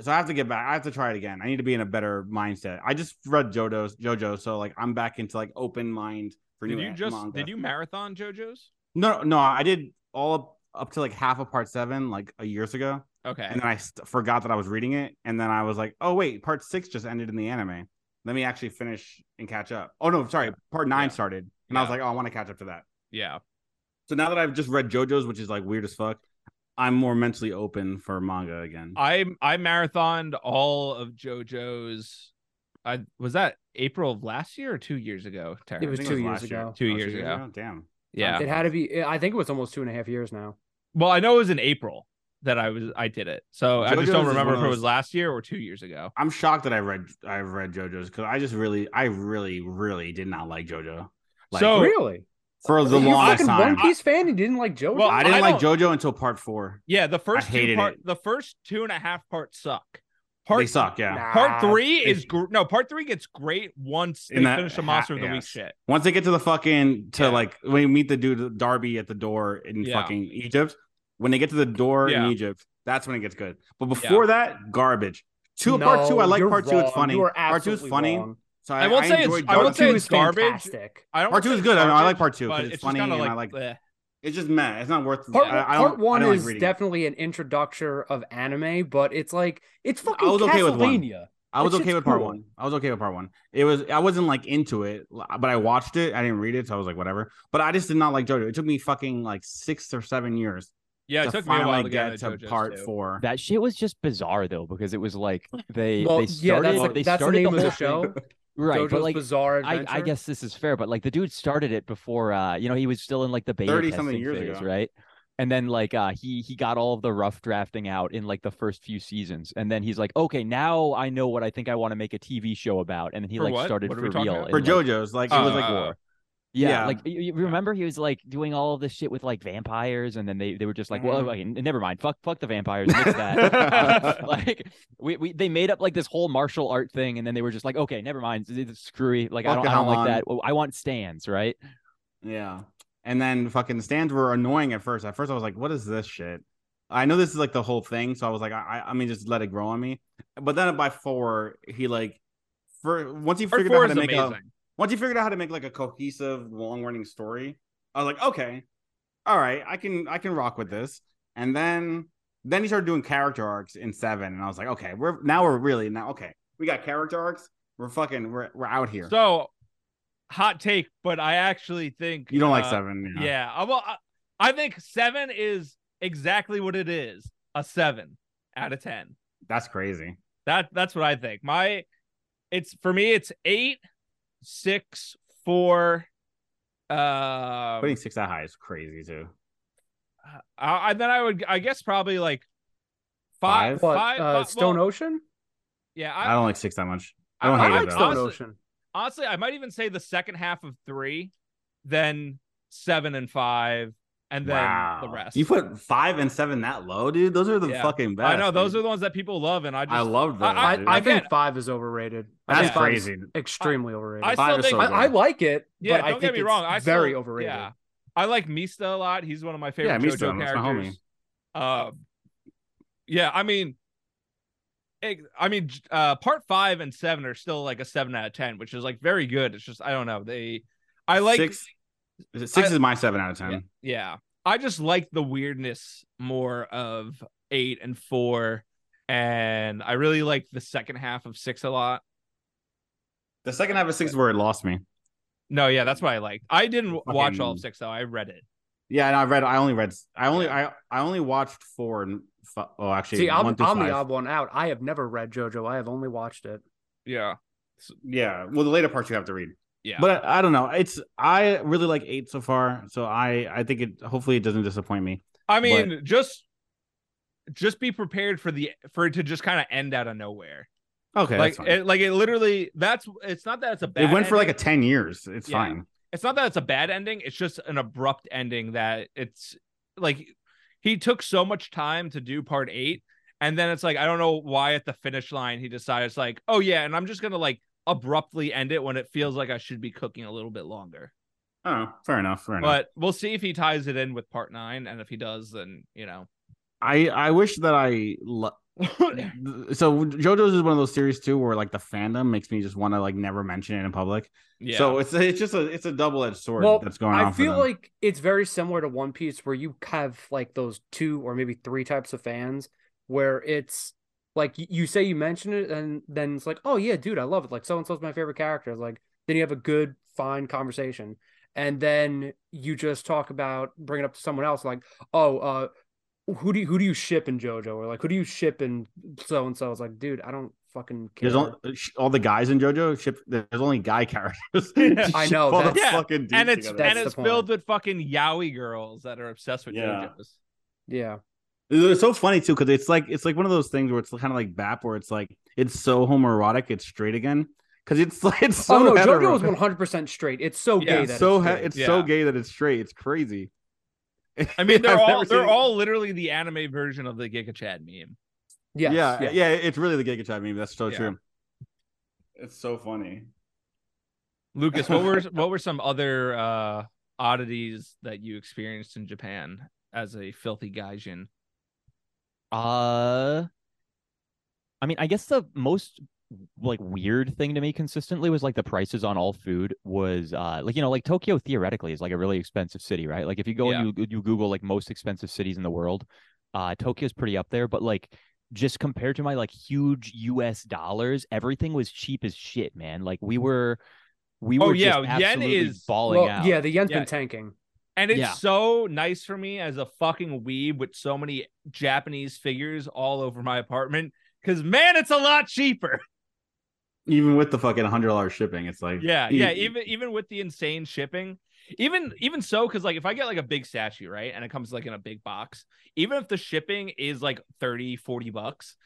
so I have to get back. I have to try it again. I need to be in a better mindset. I just read JoJo's JoJo, so like I'm back into like open mind for
Did
new
you just
manga.
did you marathon JoJo's?
No, no, I did all up, up to like half of part seven like a years ago,
Okay.
and then I st- forgot that I was reading it, and then I was like, oh wait, part six just ended in the anime. Let me actually finish and catch up. Oh no, sorry, part nine
Yeah.
started, and I was
Yeah.
like, oh, I want to catch up to that.
Yeah.
So now that I've just read JoJo's, which is like weird as fuck, I'm more mentally open for manga again.
Oh,
I I marathoned all of JoJo's. I was that April of last year or two years ago. Tara?
I
It was
think
two years
last
ago.
Two
Oh,
years ago.
Damn.
yeah.
It had to be. I think it was almost two and a half years now.
Well, I know it was in April that I was I did it. So I
JoJo's
just
is
don't
one
remember
of
if it was
those-
last year or two years ago.
I'm shocked that I read I've read JoJo's because I just really I really really did not like JoJo Like,
so
really?
Oh, for the
you
longest
fucking
time.
One Piece fan? You didn't like JoJo?
Well,
I didn't
I
like
don't-
JoJo until part four.
yeah, the first two
hated
part,
it.
the first two and a half parts suck. Part
they suck, yeah.
Nah.
part three
they-
is gr- no part three gets great once they
In that
finish the
ha-
monster of the week
yes.
shit.
Once they get to the fucking to
Yeah.
like when you meet the dude Darby at the door in
Yeah.
fucking Egypt. When they get to the door
Yeah.
in Egypt, that's when it gets good. But before that, garbage. Two
No,
part two, I like
you're
part two. It's
wrong.
funny.
You are
Part two is
absolutely
funny.
wrong.
So
I won't say it's-
enjoyed
I won't
JoJo.
say
Two
it's
is
garbage.
fantastic.
I don't
Part
wanna
two
say
is
it's
good. I know, I
garbage,
like part two,
but
'cause it's funny
kinda
and I like-
bleh.
It's just meh. It's not worth.
Part,
I, I don't,
part one
I don't like
is
reading it.
definitely an introductor of anime, but it's like it's fucking
was okay with one.
Castlevania.
I was
That
okay
shit's
with part
cool.
one. I was okay with part one. It was I wasn't like into it, l- but I watched it. I didn't read it, so I was like, whatever. But I just did not like JoJo. It took me fucking like six or seven years
Yeah, it
to
took me a
finally
while to
get
get,
to
into JoJo's
part
too.
four.
That shit was just bizarre though, because it was like they
Well,
they
yeah,
started
that's, like,
they
that's the
started
name
the
of
whole
the show.
right,
JoJo's
but like
Bizarre
I,
Adventure.
I guess this is fair, but like the dude started it before uh you know he was still in like the beta
30-something
testing
years
phase,
ago.
right? And then like uh he he got all of the rough drafting out in like the first few seasons, and then he's like, okay, now I know what I think I want to make a TV show about, and then he
For
like
what?
started
What are
for
we talking
real
about?
in,
for
like,
JoJo's. Like it was like
Uh,
Yeah,
Yeah.
like you, you remember he was like doing all of this shit with like vampires, and then they, they were just like, well,
Mhm.
okay, n- never mind, fuck fuck the vampires, nix that. Uh, like we, we they made up like this whole martial art thing, and then they were just like, okay, never mind, it's it's screwy. Like I
Fuck
don't,
it,
I
I'm
don't
on.
like that. Well, I want stands, right?
yeah. And then fucking stands were annoying at first. At first, I was like, what is this shit? I know this is like the whole thing, so I was like, I, I I mean, just let it grow on me. But then by four, he like, for once he
Part
figured out
four
how
is
to make
amazing.
a once you figured out how to make like a cohesive long running story i was like okay all right i can i can rock with this and then then he started doing character arcs in seven and i was like okay we're now we're really now okay we got character arcs we're fucking we're, we're out here
So, hot take, but I actually think
you don't like
uh,
seven
Yeah, I, well, I, I think seven is exactly what it is a seven out of ten.
that's crazy
That that's what I think. My it's for me it's eight, six, four. Uh,
putting six that high is crazy too
I, I- then I would I guess probably like
Five?
five,
What,
five,
uh,
well,
Stone Ocean?
Yeah,
i,
I,
don't like six that much i don't
I
hate
like
it though
Stone
Honestly-
Ocean.
honestly, I might even say the second half of three, then seven and five, and then
wow
the rest.
you put five and seven that low dude those are the
Yeah.
fucking best
I know those are
dude.
the ones that people love, and I just
i love those
I-
I,
dude.
I
Again,
think five is overrated. I
that's
think five is
crazy
Extremely overrated.
I
I,
Five
still
is
think
so good.
I like it.
Yeah,
but
don't
I
get
think
me
it's
wrong. I
very
still-
overrated.
yeah. I like Mista a lot. He's one of my favorite
Yeah, Mista,
JoJo
that's my
characters. Um, yeah, I mean, it- I mean, j- uh, part five and seven are still like a seven out of ten, which is like very good. It's just I don't know. They, I like
six is it- six
I-
is my seven out of ten
Yeah, I just like the weirdness more of eight and four, and I really like the second half of six a lot.
The second half of six is where it lost me.
No, yeah, that's what I liked. I didn't w- watch all of
Fucking-
six though. I read it.
Yeah, and I read. I only read. I only. I I only watched four and. F- oh, actually,
See, I'm,
one through
I'm the
five.
odd one out. I have never read JoJo. I have only watched it.
Yeah,
yeah, well, the later parts you have to read.
yeah.
But I, I don't know. It's I really like eight so far, so I I think it. Hopefully, it doesn't disappoint me.
I mean, just just be prepared for the for it to just kind of end out of nowhere.
Okay, that's fine.
like
it,
it, like it literally that's it's not that it's a bad
went for like a
ending.
ten years. It's
Yeah.
fine.
it's not that it's a bad ending, it's just an abrupt ending that it's like he took so much time to do part 8 and then it's like I don't know why at the finish line he decides like, "Oh yeah, and I'm just going to like abruptly end it when it feels like I should be cooking a little bit longer."
Oh, fair enough. Fair enough.
But we'll see if he ties it in with part 9 and if he does then, you know.
I I wish that I lo- so JoJo's is one of those series too, where like the fandom makes me just want to like never mention it in public.
yeah.
So it's it's just a it's a double edged sword
Well,
that's going on.
I
for
feel
them.
like it's very similar to One Piece, where you have like those two or maybe three types of fans, where it's like y- you say you mention it, and then it's like, oh yeah, dude, I love it. Like so and so's my favorite character. Like then you have a good, fine conversation, and then you just talk about bring it up to someone else, like, oh, uh, who do you, who do you ship in JoJo, or like who do you ship in so and so? It's like, dude, I don't fucking care.
There's all, all the guys in JoJo ship. There's only guy characters.
Yeah.
I
Ship
know,
all the
that's-
Yeah,
fucking dudes
and it's
together.
That's
and
the
it's
point.
filled with fucking yaoi girls that are obsessed with
Yeah.
JoJo's.
yeah,
It's so funny too because it's like it's like one of those things where it's kind of like BAP where it's like it's so homoerotic it's straight again because it's like it's so
oh no,
hetero.
JoJo is one hundred percent straight. It's so
Yeah,
gay
it's
that
so
it's
he-
straight.
it's so
Yeah.
gay that it's straight it's crazy.
I mean, they're
I've
all
never
they're
seen-
all literally the anime version of the Giga Chad meme.
Yes,
yeah,
yes.
yeah, it's really the Giga Chat meme. That's so
Yeah.
true. It's so funny.
Lucas, what were what were some other uh oddities that you experienced in Japan as a filthy gaijin?
Uh, I mean, I guess the most like weird thing to me consistently was like the prices on all food was uh like you know like Tokyo theoretically is like a really expensive city, right? Like if you go and you you Google like most expensive cities in the world, uh Tokyo's pretty up there, but like just compared to my like huge US dollars, everything was cheap as shit, man. Like we were we
Oh,
were
yeah,
just
yen
absolutely
is-
balling
Well,
out.
yeah, the yen's
Yeah.
been tanking.
And it's
Yeah.
so nice for me as a fucking weeb with so many Japanese figures all over my apartment. Cause man, it's a lot cheaper.
Even with the fucking hundred dollars shipping, it's like e-,
Yeah, yeah.
easy.
Even even with the insane shipping, even even so, because like if I get like a big statue, right? And it comes like in a big box, even if the shipping is like 30, 40 bucks,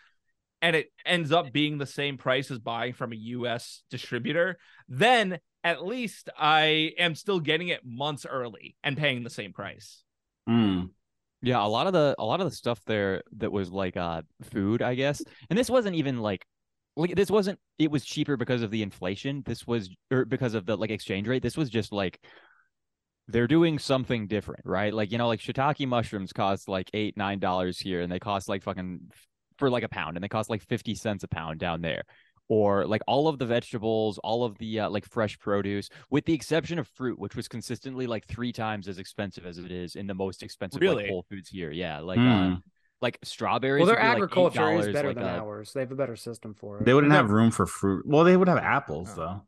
and it ends up being the same price as buying from a US distributor, then at least I am still getting it months early and paying the same price.
Mm.
Yeah, a lot of the a lot of the stuff there that was like uh food, I guess. And this wasn't even like like this wasn't it was cheaper because of the inflation. This was or because of the like exchange rate. This was just like they're doing something different, right? Like, you know, like shiitake mushrooms cost like eight, nine dollars here, and they cost like fucking for like a pound, and they cost like fifty cents a pound down there. Or like all of the vegetables, all of the uh, like fresh produce, with the exception of fruit, which was consistently like three times as expensive as it is in the most expensive
Really?
like Whole Foods here. Yeah, like uh,
Mm.
like
Well,
strawberries.
their
would be, like,
agriculture is
$8,
better
like uh,
than
a-
ours. They have a better system for it.
They wouldn't have room for fruit. Well, they would have apples
Oh.
though.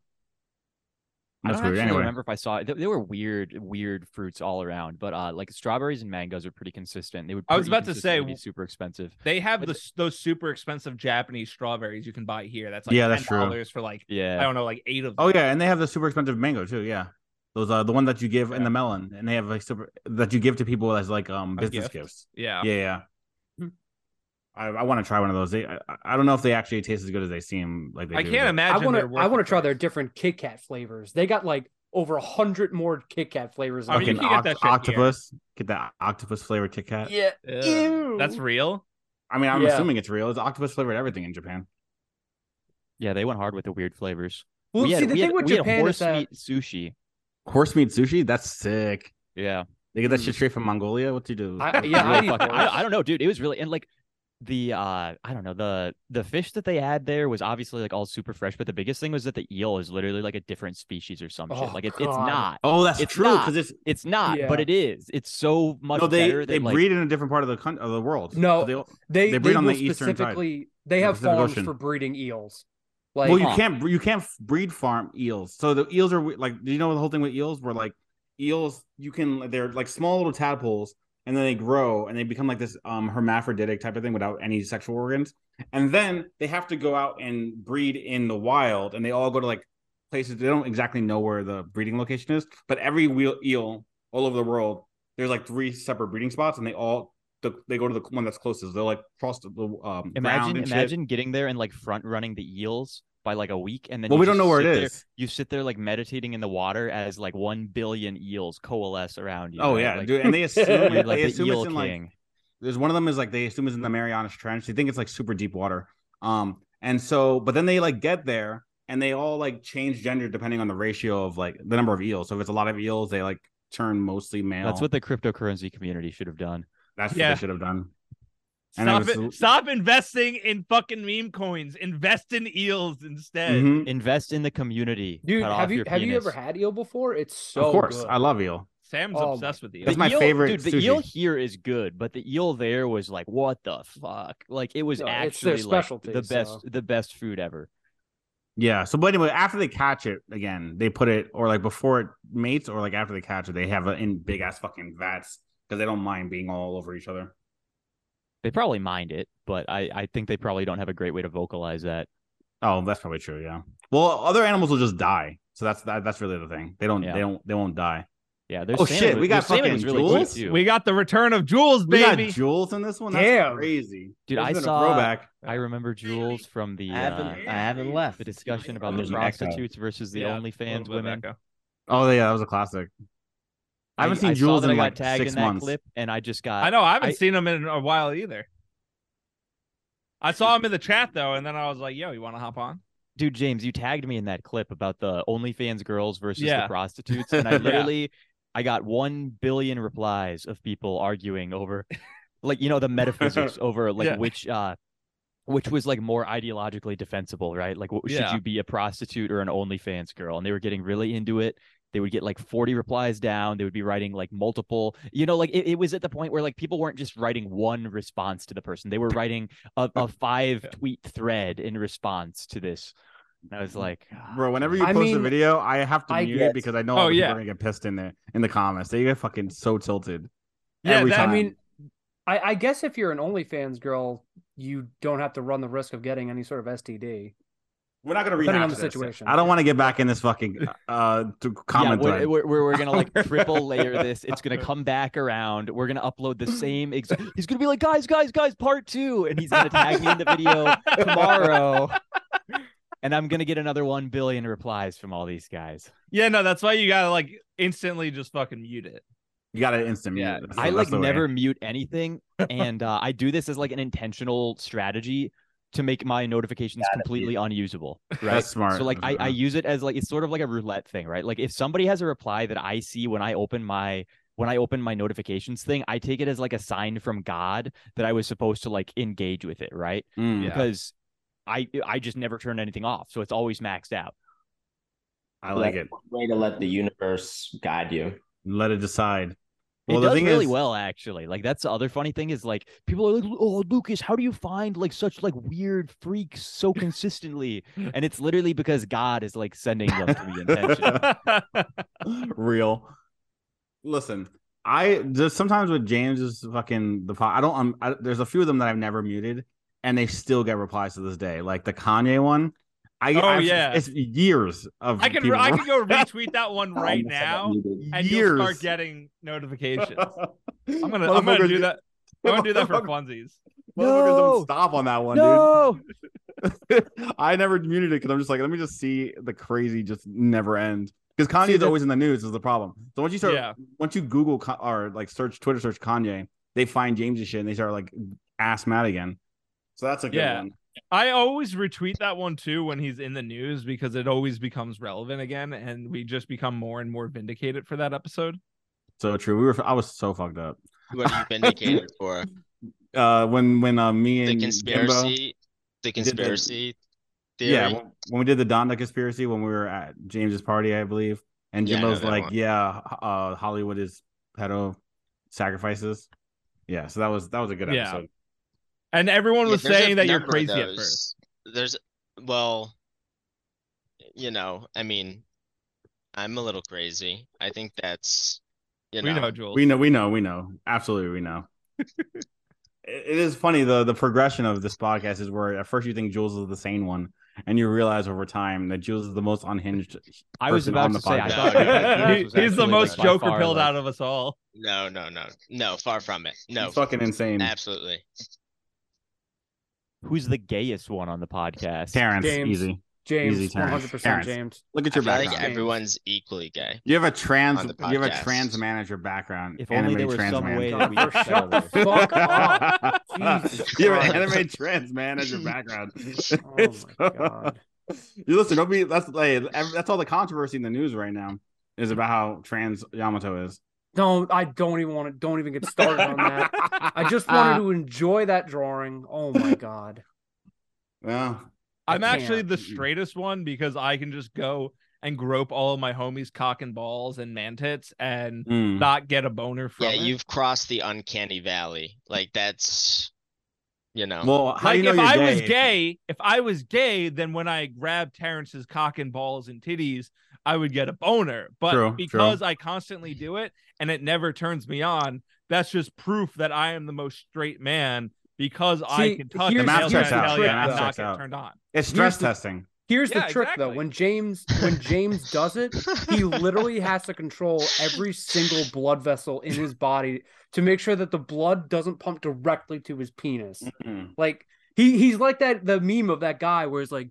I
That's
don't
weird.
actually
Anyway,
remember if I saw it. They, they were weird, weird fruits all around, but uh, like strawberries and mangoes are pretty consistent. They would.
I was
pretty
about to say,
consistently be super expensive.
They have
But
the, those super expensive Japanese strawberries you can buy here. That's like
Yeah,
ten
that's true.
dollars for like I
Yeah,
don't know, like eight of them.
Oh yeah, and they have the super expensive mango too. Yeah, those uh, the one that you give in the melon, and they have like super that you give to people as like um
A
business
gift.
gifts.
yeah.
Yeah, yeah.
Hmm.
I, I want to try one of those. They, I, I- I don't know if they actually taste as good as they seem like they
I
do,
can't
but-
imagine.
I want
they're
to.
worth
I
the
want to try their
price.
different Kit Kat flavors. They got like over a hundred more Kit Kat flavors.
I mean, you
Fucking
than
can
us.
get that
oct-
shit here.
octopus. Get that octopus flavored Kit Kat.
yeah.
Ugh.
Ew.
That's real.
I mean, I'm
Yeah.
assuming it's real. It's octopus flavored everything in Japan.
yeah, they went hard with the weird flavors.
Well,
we
see,
had,
the
we
thing
had,
with
we had
Japan is
horse
that
meat sushi.
Horse meat sushi. That's sick.
Yeah,
They get that
Mm.
Hmm.
shit straight from Mongolia. What do you do?
I-
It was
yeah,
really
eat
fucking-
horse.
I, I don't know, dude. It was really and like the uh I don't know the the fish that they had there was obviously like all super fresh, but the biggest thing was that the eel is literally like a different species or some
Oh,
shit. Like it's it's
God.
not.
oh, that's
It's
true
not.
because it's
It's not, but
Yeah.
it is. It's so much
no, they
better than
they
like,
breed in a different part of the coun- of the world. So
No,
they-
they
they breed
they
on
will
the eastern side.
specifically. They
The
have
Pacific
farms
Ocean.
for breeding eels. Like
well, you
Huh.
can't you can't breed farm eels. So the eels are we- like, do you know the whole thing with eels? Where like eels, you can they're like small little tadpoles, and then they grow and they become like this um hermaphroditic type of thing without any sexual organs, and then they have to go out and breed in the wild, and they all go to like places they don't exactly know where the breeding location is, but every wheel, eel all over the world, there's like three separate breeding spots, and they all. the- They go to the one that's closest. They'll like cross the um, ground
imagine
and shit.
imagine getting there and like front running the eels by like a week and then
Well,
you
we don't
just
know where it
sit there-
is.
you sit there like meditating in the water as like one billion eels coalesce around you
Oh
right?
yeah,
like,
dude, and they assume
you're
it-
you're, like
they
the
assume
eel
it's in
king
like there's one of them is like they assume it's in the Marianas Trench. They think it's like super deep water. Um, and so but then they like get there and they all like change gender depending on the ratio of like the number of eels. So if it's a lot of eels, they like turn mostly male.
that's what the cryptocurrency community should have done
that's what
Yeah.
they should have done. And I
Stop
was-
it. Stop investing in fucking meme coins. Invest in eels instead.
Mhm.
Invest in the community.
Dude,
Cut
have
off
you
your
have you
penis.
ever had eel before? It's so
of course,
good.
I love eel.
Sam's
Oh my
obsessed with
That's
eels.
The
my
eel-
favorite
Dude, the
sushi.
eel here is good, but the eel there was like, what the fuck? Like it was
No, it's
actually
their
like,
specialty,
the best,
so-
the best food ever.
Yeah. So, but anyway, after they catch it again, they put it or like before it mates or like after they catch it, they have it in big ass fucking vats because they don't mind being all over each other.
They probably mind it, but I, I think they probably don't have a great way to vocalize that.
Oh, that's probably true. Yeah. Well, other animals will just die. So that's that, that's really the thing. They don't.
Yeah.
They don't. They won't die.
Yeah. Their
Oh,
salmon
shit,
was-
we got
their salmon was
fucking
really good,
Jules?
too.
We got the return of Jules,
We
baby.
got jewels in this one. That's
Damn.
crazy.
Dude,
There's
I
been a
saw-
throwback.
I remember Jules from the
I haven't,
uh,
I haven't left.
the discussion
Oh,
about the
there's an echo.
prostitutes versus the
Yeah, A
OnlyFans
little bit of
women.
echo.
Oh yeah, that was a classic. I haven't seen
saw
Jules
that
in
I got
like
tagged
six
in that
months.
clip, and I just got
I know. I haven't
I-
seen him in a while either. I saw him in the chat though, and then I was like, "Yo, you want to hop on?"
dude james you tagged me in that clip about the onlyfans girls versus
Yeah.
the prostitutes and i
Yeah.
literally i got 1 billion replies of people arguing over like you know the metaphysics over like
Yeah.
which uh which was like more ideologically defensible right like what, should
Yeah.
you be a prostitute or an onlyfans girl and they were getting really into it they would get like 40 replies down they would be writing like multiple you know like it, it was at the point where like people weren't just writing one response to the person they were writing a, a five tweet thread in response to this and i was like
Bro, whenever you
I
post a
mean,
video, I have to
I
mute
guess-
it because I know
Oh,
all the
yeah.
people are gonna get pissed in there in the comments. They get fucking so tilted.
Yeah,
every
that-
time.
I mean, I, I guess if you're an OnlyFans girl, you don't have to run the risk of getting any sort of STD.
We're not gonna
Depending on
rehash
the
this.
situation.
I don't want to get back in this fucking uh to comment
yeah,
thread.
we're, we're, we're, we're gonna like triple layer this it's gonna come back around we're gonna upload the same ex- he's gonna be like guys guys guys part two and he's gonna tag me in the video tomorrow and i'm gonna get another 1 billion replies from all these guys
Yeah, no, that's why you gotta like instantly just fucking mute it.
You got to instant mute.
Yeah,
That's-
i
that's
like
the way.
never mute anything and uh, i do this as like an intentional strategy to make my notifications completely unusable right
That's smart.
So like I,
That's
I
smart.
use it as like it's sort of like a roulette thing, right? Like if somebody has a reply that I see when I open my when I open my notifications thing, I take it as like a sign from God that I was supposed to like engage with it, right?
Mm.
Yeah.
Because I I just never turn anything off, so it's always maxed out.
I like it.
Way to let the universe guide you.
Let it decide.
it does really well actually. Like that's the other funny thing is like people are like, "Oh, Lucas, how do you find like such like weird freaks so consistently?" and it's literally because God is like sending them to me intentionally.
real. Listen, I just sometimes with James is fucking the po- I don't. Um, I, there's a few of them that I've never muted, and they still get replies to this day. Like the Kanye one. I,
Oh,
I've-
yeah.
it's years of.
I can
people-
I can go retweet that one right
Almost had that
now,
muted.
and you'll start getting notifications. I'm gonna I'm gonna
Motherfuckers
do
get-
that. I'm gonna do that for
Motherfuckers-
funsies.
Motherfuckers
No.
don't stop on that one,
no,
dude. I never muted it because I'm just like, let me just see the crazy just never end. Because
See,
Kanye's
the-
always in the news is the problem. So once you start,
Yeah.
once you Google Ka- or like search Twitter search Kanye, they find James's shit and they start like ass mad again. So that's a good
Yeah.
one.
I always retweet that one too when he's in the news because it always becomes relevant again, and we just become more and more vindicated for that episode.
So true. We were. I was so fucked up.
What are you vindicated for?
Uh, when when uh, me and
The
Jimbo-
conspiracy, the
did the-
conspiracy theory.
yeah, when, when we did the Donda conspiracy when we were at James's party, I believe, and
Yeah, I know
Jimbo's
that
like,
one.
"Yeah, uh, Hollywood is pedo sacrifices." Yeah, so that was that was a good
Yeah.
episode.
And everyone
Yeah,
was
there's a
saying that you're
number of
crazy at
those.
first.
There's well, you know, I mean, I'm a little crazy. I think that's you
we
know,
know, Jules.
We know, we know, we know. Absolutely, we know. it it is funny the the progression of this podcast is where at first you think Jules is the sane one, and you realialize over time that Jules is the most unhinged.
I was
person
about
on
to
the
say I
podcast.
thought that
He-
James was
he's the
actually,
most
like, by
Joker
far,
pilled
like-
out of us all.
no, no, no, no, far from it. No,
He's fucking insane.
absolutely.
Who's the gayest one on the podcast?
Terrence,
James.
easy. Easy
James,
turn.
one hundred percent
Terrence.
James.
Look at
I
your
feel like
background.
everyone's equally gay.
you have a trans.
on the
You have a
podcast.
trans man at your background.
If only there
anime
was
trans
some
man.
way that we could
Shut
settle
the
this.
fuck up. Jesus
You're an
Christ.
anime trans man as your background.
Oh my god.
You listen, don't be. That's like, ev- that's all the controversy in the news right now is about how trans Yamato is.
No, I don't even want to. Don't even get started on that. I just wanted to enjoy that drawing. Oh my god.
Well,
I'm
I
actually
can't.
the straightest one because I can just go and grope all of my homies' cock and balls and man tits and
mm.
not get a boner from
Mm-hmm. yeah,
it.
you've crossed the uncanny valley. Like that's, you know,
well, how do
like
you know
if
you're
I
gay?
was gay, if I was gay, then when I grabbed Terrence's cock and balls and titties, I would get a boner. But
True, true.
because I constantly do it and it never turns me on, that's just proof that I am the most straight man because I
See,
can touch
here's-
male
The math checks out,
genitalia
yeah, math
and not
checks
get
out.
turned on.
It's stress
Here's the-
testing.
Here's
Yeah,
the trick though.
exactly.
When James when James does it, he literally has to control every single blood vessel in his body to make sure that the blood doesn't pump directly to his penis. Like he he's like that the meme of that guy where it's like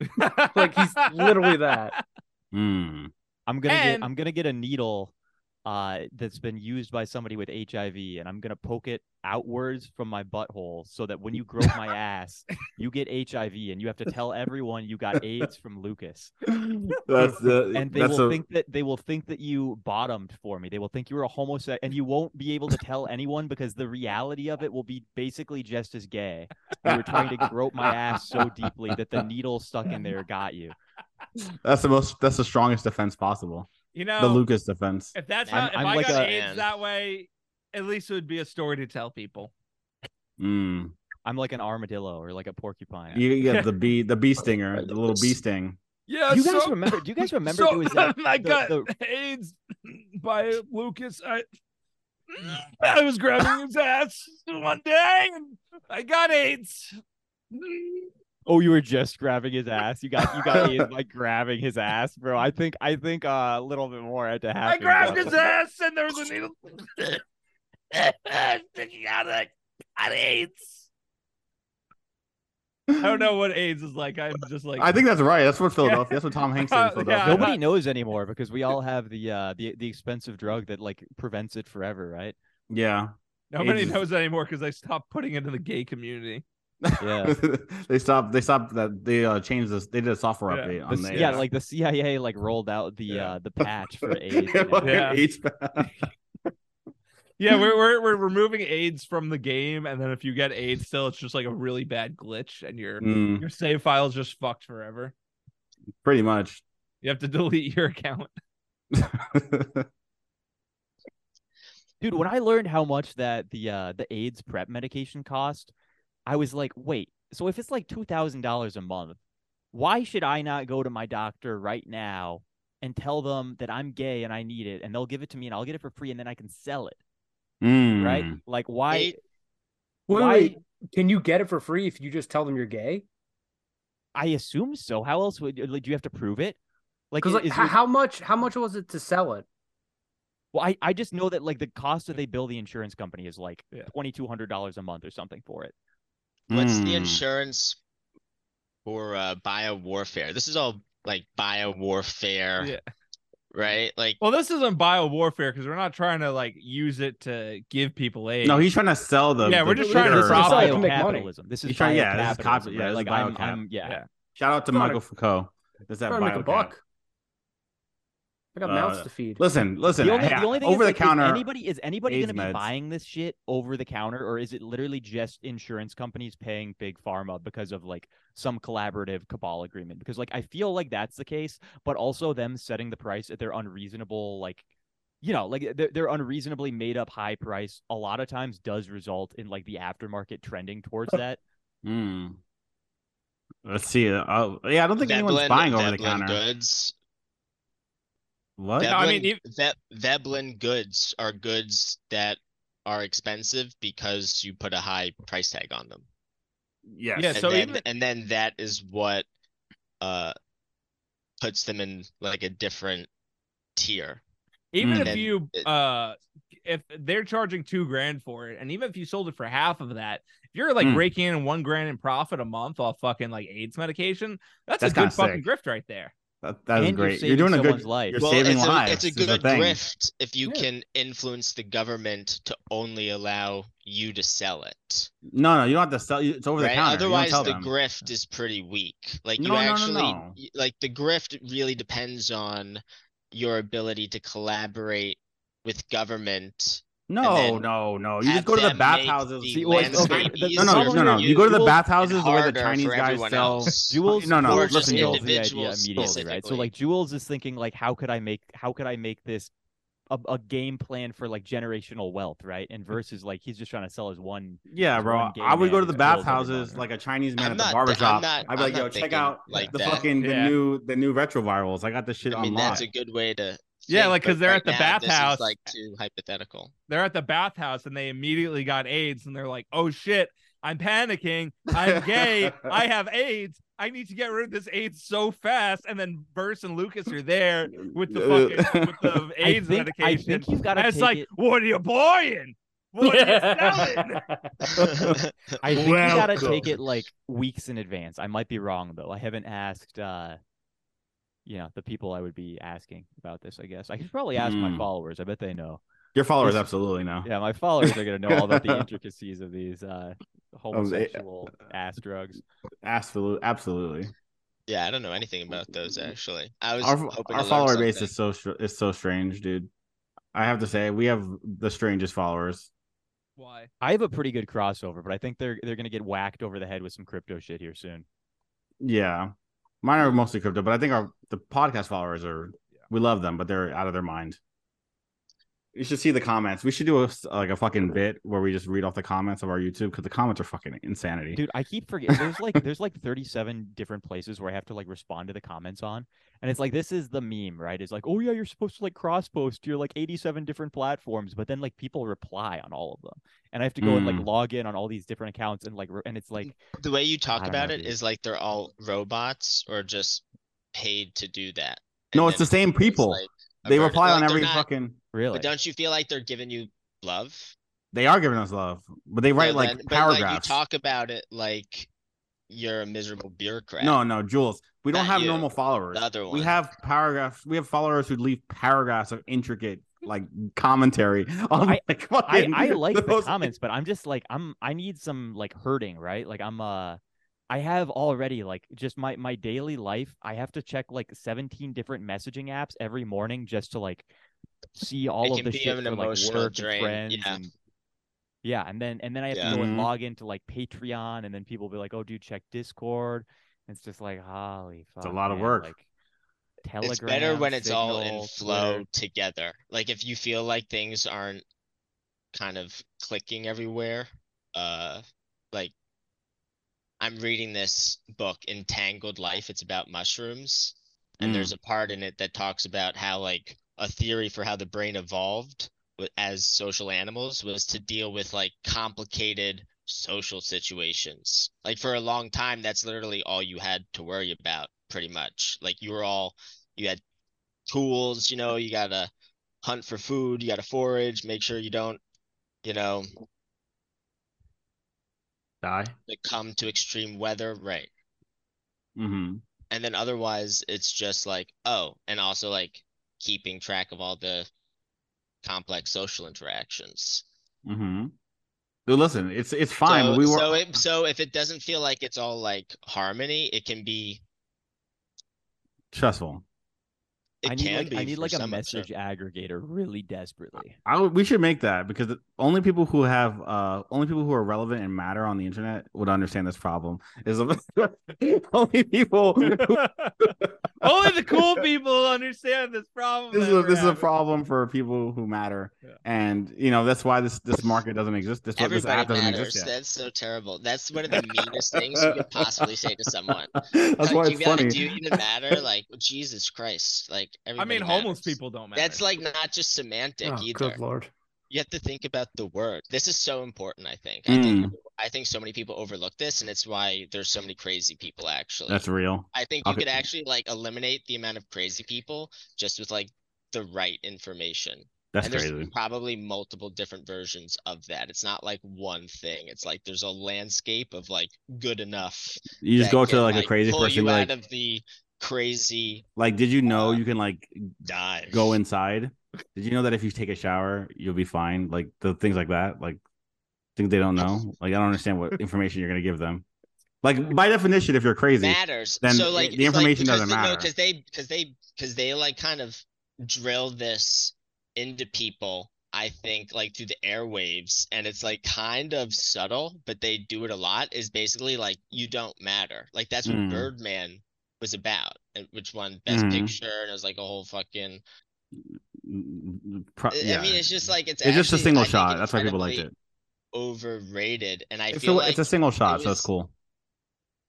Like, he's literally that.
Mm.
I'm gonna
And-
get I'm gonna get a needle uh that's been used by somebody with HIV and I'm gonna poke it outwards from my butthole so that when you grope my ass, you get HIV and you have to tell everyone you got AIDS from Lucas.
That's the
And they
that's
will
a-
think that they will think that you bottomed for me. They will think you were a homosexual and you won't be able to tell anyone because the reality of it will be basically just as gay. You were trying to grope my ass so deeply that the needle stuck in there got you.
that's the most that's the strongest defense possible.
You know,
the Lucas defense.
if that's how
I'm-
if
I'm
I
like
got
a-
AIDS that way, at least it would be a story to tell people.
Mm.
I'm like an armadillo or like a porcupine.
You you got the bee the bee stinger, the little bee sting.
Yeah,
Do you guys remember? Do you guys remember? it was that,
I
the-
got
the-
AIDS by Lucas. I I was grabbing his ass one day and I got AIDS.
oh, you were just grabbing his ass. You got you got AIDS by grabbing his ass, bro. I think I think uh, a little bit more had to happen.
I grabbed
bro.
his ass and there was a needle sticking out of it. Got AIDS. I don't know what AIDS is like. I'm just like
I think that's right. That's what Philadelphia. That's what Tom Hanks did
Yeah.
in Philadelphia.
Nobody knows anymore because we all have the uh the, the expensive drug that like prevents it forever, right?
Yeah.
nobody
AIDS is-
knows that anymore because they stopped putting it in the gay community.
Yeah.
they stopped. They stopped that. They uh, changed this. They did a software
Yeah.
update
The
on uh,
C-
that.
yeah, like the CIA like rolled out the
Yeah.
uh the patch for AIDS.
Like
now.
Yeah.
AIDS-
Yeah, we're we're we're removing AIDS from the game, and then if you get AIDS still, it's just like a really bad glitch, and your
Mm,
your save file's just fucked forever.
pretty much.
You have to delete your account.
Dude, when I learned how much that the uh the AIDS prep medication cost, I was like, wait, so if it's like two thousand dollars a month, why should I not go to my doctor right now and tell them that I'm gay and I need it and they'll give it to me and I'll get it for free and then I can sell it,
Mm.
right? Like why
Eight-
Wait,
Why-
wait, can you get it for free if you just tell them you're gay?
I assume so. How else would like, do you have to prove it? Like,
Because
is,
like,
is
h-
it-
how much how much was it to sell it?
well, I, I just know that like the cost that they bill the insurance company is like
Yeah.
twenty two hundred dollars a month or something for it.
what's the
Mm.
insurance for uh, biowarfare? This is all like biowarfare,
Yeah.
right? Like,
Well, this isn't bio warfare because we're not trying to like use it to give people AIDS.
No, he's trying to sell the.
Yeah,
the
we're just
liquor.
trying to
This is
profit.
Trying to make money.
biocapitalism. This is
You're trying- yeah, this is cop-
biocapitalism,
yeah,
right?
this is
Like I'm,
biocap.
I'm yeah.
Yeah.
Shout out to
Trying to-
Michael Foucault. Does that
Trying to make a
biocap.
buck. I got
Uh,
mouths to feed.
Listen, listen.
The only,
yeah,
the only thing
over
is,
the
like, is
counter.
anybody is anybody
AIDS
going to be
meds.
buying this shit over the counter, or is it literally just insurance companies paying big pharma because of like some collaborative cabal agreement? Because like I feel like that's the case, but also them setting the price at their unreasonable like. You know, like their, their unreasonably made up high price a lot of times does result in like the aftermarket trending towards that.
Hmm. Let's see. Uh, yeah, I don't think anyone's
Veblen-
buying over the
Veblen
counter.
goods.
What?
Yeah, I mean,
Veblen-
e-
Ve- Veblen goods are goods that are expensive because you put a high price tag on them.
Yes.
Yeah,
And
so
then,
even-
and then that is what uh puts them in like a different tier.
even
Mm.
if
And
you
it-
uh if they're charging two grand for it, and even if you sold it for half of that, if you're like
Mm.
raking in one grand in profit a month off fucking like AIDS medication, that's,
That's
a good
kinda sick.
fucking grift right there.
That, that is
And you're
great. You're,
saving
doing a good.
someone's life.
You're
Well,
saving
it's
lives.
A, it's a
is the
good
thing.
grift if you
Yeah.
can influence the government to only allow you to sell it.
No, no, you don't have to sell. you- It's over the
Right?
counter.
Otherwise,
you don't
the
tell them.
grift is pretty weak. Like you
No, no, no,
actually,
no.
y- like the grift really depends on your ability to collaborate with government.
No,
then
no, no. Oh, You just
have
go to the
them make
bathouses.
the
See, well,
no,
okay,
landscape
the-
no, no,
easier
no, no.
for
You go to the
Duels
bathhouses where the
harder
Chinese
for
guys
everyone
sell.
else.
Jules,
No, no,
Jules
listen,
just
Jules.
nailed the idea
Individuals
immediately, right? So
specifically.
like Jules is thinking like, how could I make how could I make this a, a game plan for like generational wealth, right? And versus like he's just trying to sell his one.
Yeah,
There's
bro.
one gay
I would go to
man
the
who kills
bathhouses
everyone.
like a Chinese man
I'm
at
not
the
th-
barbershop.
I'm not-
I'd be
I'm
like, yo,
not
check
thinking
out
like
the
that.
fucking
Yeah.
the new the new retrovirals. I got this shit
I mean,
unlocked.
that's a good way to.
Yeah,
think,
like, 'cause
but
they're
right
at the
now, this is,
bathhouse.
Like too hypothetical.
They're at the bathhouse and they immediately got AIDS and they're like, oh shit, I'm panicking. I'm gay. I have AIDS. I need to get rid of this AIDS so fast. And then Burst and Lucas are there with the
uh,
fucking with the AIDS
I think, I
medication.
think you've got
and
to
it's
take
like,
it.
what are you buying? What are you selling?
I think you got to take it like weeks in advance. I might be wrong though. I haven't asked. uh you know the people I would be asking about this. I guess I could probably ask my
Hmm.
followers. I bet they know.
Your followers
This-
absolutely know.
Yeah, my followers are gonna know all about the intricacies of these uh homosexual ass drugs.
Absolutely, absolutely.
yeah, I don't know anything about those actually. I was
Our,
hoping
our
to learn
follower base
something.
is so str- is so strange, dude. I have to say, we have the strangest followers.
Why?
I have a pretty good crossover, but I think they're they're gonna get whacked over the head with some crypto shit here soon.
Yeah, mine are mostly crypto, but I think our the podcast followers are we love them, but they're out of their mind. You should see the comments. We should do a, s- like a fucking bit where we just read off the comments of our YouTube because the comments are fucking insanity.
Dude, I keep forgetting there's like there's like 37 different places where I have to like respond to the comments on. And it's like this is the meme, right? It's like, oh yeah, you're supposed to like cross post your like 87 different platforms, but then like people reply on all of them. And I have to go and like
Hmm.
Mm.
log in on all these different accounts and like re- and it's like
The way you
I
talk
don't know,
about it
dude.
is like they're all robots or just paid to do that.
No,
And
it's
then
the same
it's
people.
like a
they
verti-
reply
like,
on
they're
every
not-
fucking.
really
But don't you feel like they're giving you love?
They are giving us love, but they write
No,
like
then- but, you
paragraphs.
talk about it like you're a miserable bureaucrat.
no, no, Jules, we don't
Not
have
you,
normal followers.
the other one.
We have paragraphs. We have followers who leave paragraphs of intricate like commentary on
I-
like
I,
fucking
I like the,
most-
comments, but I'm just like I'm I need some like hurting, right? Like I'm uh I have already like just my my daily life, I have to check like 17 different messaging apps every morning just to like see all of
can
the
be
shit
an
for like
emotional
work
drain,
and friends
yeah.
and yeah, and then and then I have
Yeah.
to go and
Mhm.
log into like Patreon and then people will be like, "Oh dude, check Discord." And it's just like, "Holy fuck."
a lot of
man,
work.
Like
It's better
Telegram,
when it's all
Signal,
in flow
Twitter.
together. Like if you feel like things aren't kind of clicking everywhere, uh like I'm reading this book, Entangled Life. It's about mushrooms.
Hmm.
And
Mm.
there's a part in it that talks about how like a theory for how the brain evolved wa- as social animals was to deal with like complicated social situations. Like for a long time, that's literally all you had to worry about, pretty much. Like you were all you had tools, you know, you gotta hunt for food, you gotta forage, make sure you don't, you know,
die.
succumb to extreme weather. Right.
Mm-hmm.
and then otherwise it's just like oh and also like keeping track of all the complex social interactions
Mm-hmm. Dude, listen, it's it's fine.
so,
we were
so, it, so if it doesn't feel like it's all like harmony it can be
stressful.
it
I
can
need like
be
I need
for
like a
some of them.
message aggregator really desperately.
I would- we should make that because the only people who have uh only people who are relevant and matter on the internet would understand this problem. Is only people. Who,
Only the cool people understand this problem.
this is
that
a,
we're
this is a
having.
problem for people who matter,
Yeah.
and you know that's why this this market doesn't exist. This, this
everybody
app doesn't
matters
exist yet.
that's so terrible that's one of the meanest things you could possibly say to someone
That's
Like,
why
you
it's
gotta-
funny.
do you even matter like jesus christ like
I
everybody
mean, homeless
matters.
people don't matter.
that's like not just semantic
Oh,
either
good lord.
you have to think about the word. This is so important, I think. I
Hmm.
think I think so many people overlook this, and it's why there's so many crazy people actually.
That's real.
I think you
okay.
could actually like eliminate the amount of crazy people just with like the right information.
That's
and there's
crazy.
probably multiple different versions of that. It's not like one thing. It's like there's a landscape of like good enough.
You just
that
go to
can,
like a crazy
pull
person,
you
like,
out of the crazy
like, did you know
uh,
you can like
dive.
go inside. Did you know that if you take a shower, you'll be fine? Like the things like that. Like things they don't know. Like I don't understand what information you're gonna give them. Like by definition, if you're crazy,
matters.
then
so
it-
like
the
it's like
information
because
doesn't
they- no,
matter.
because they because they because they like kind of drill this into people I think like through the airwaves and it's like kind of subtle, but they do it a lot is basically like you don't matter. Like that's what
Mm.
Birdman was about, and which won Best
Mm.
Picture and it was like a whole fucking
Pro-
I-
Uh, yeah.
I mean it's just like it's
It's just a
actually,
single
I think,
shot. That's why people liked
incredibly
it.
Overrated. And I
It's a,
feel like
it's a single shot, so
was-
it's cool.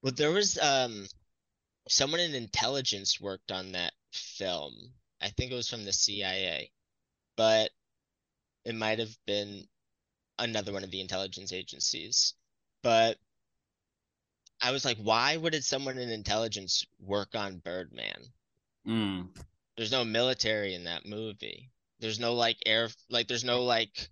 well, there was um someone in intelligence worked on that film. I think it was from the CIA, but it might have been another one of the intelligence agencies. But I was like, why would it someone in intelligence work on Birdman?
Mm.
There's no military in that movie. There's no like air like there's no like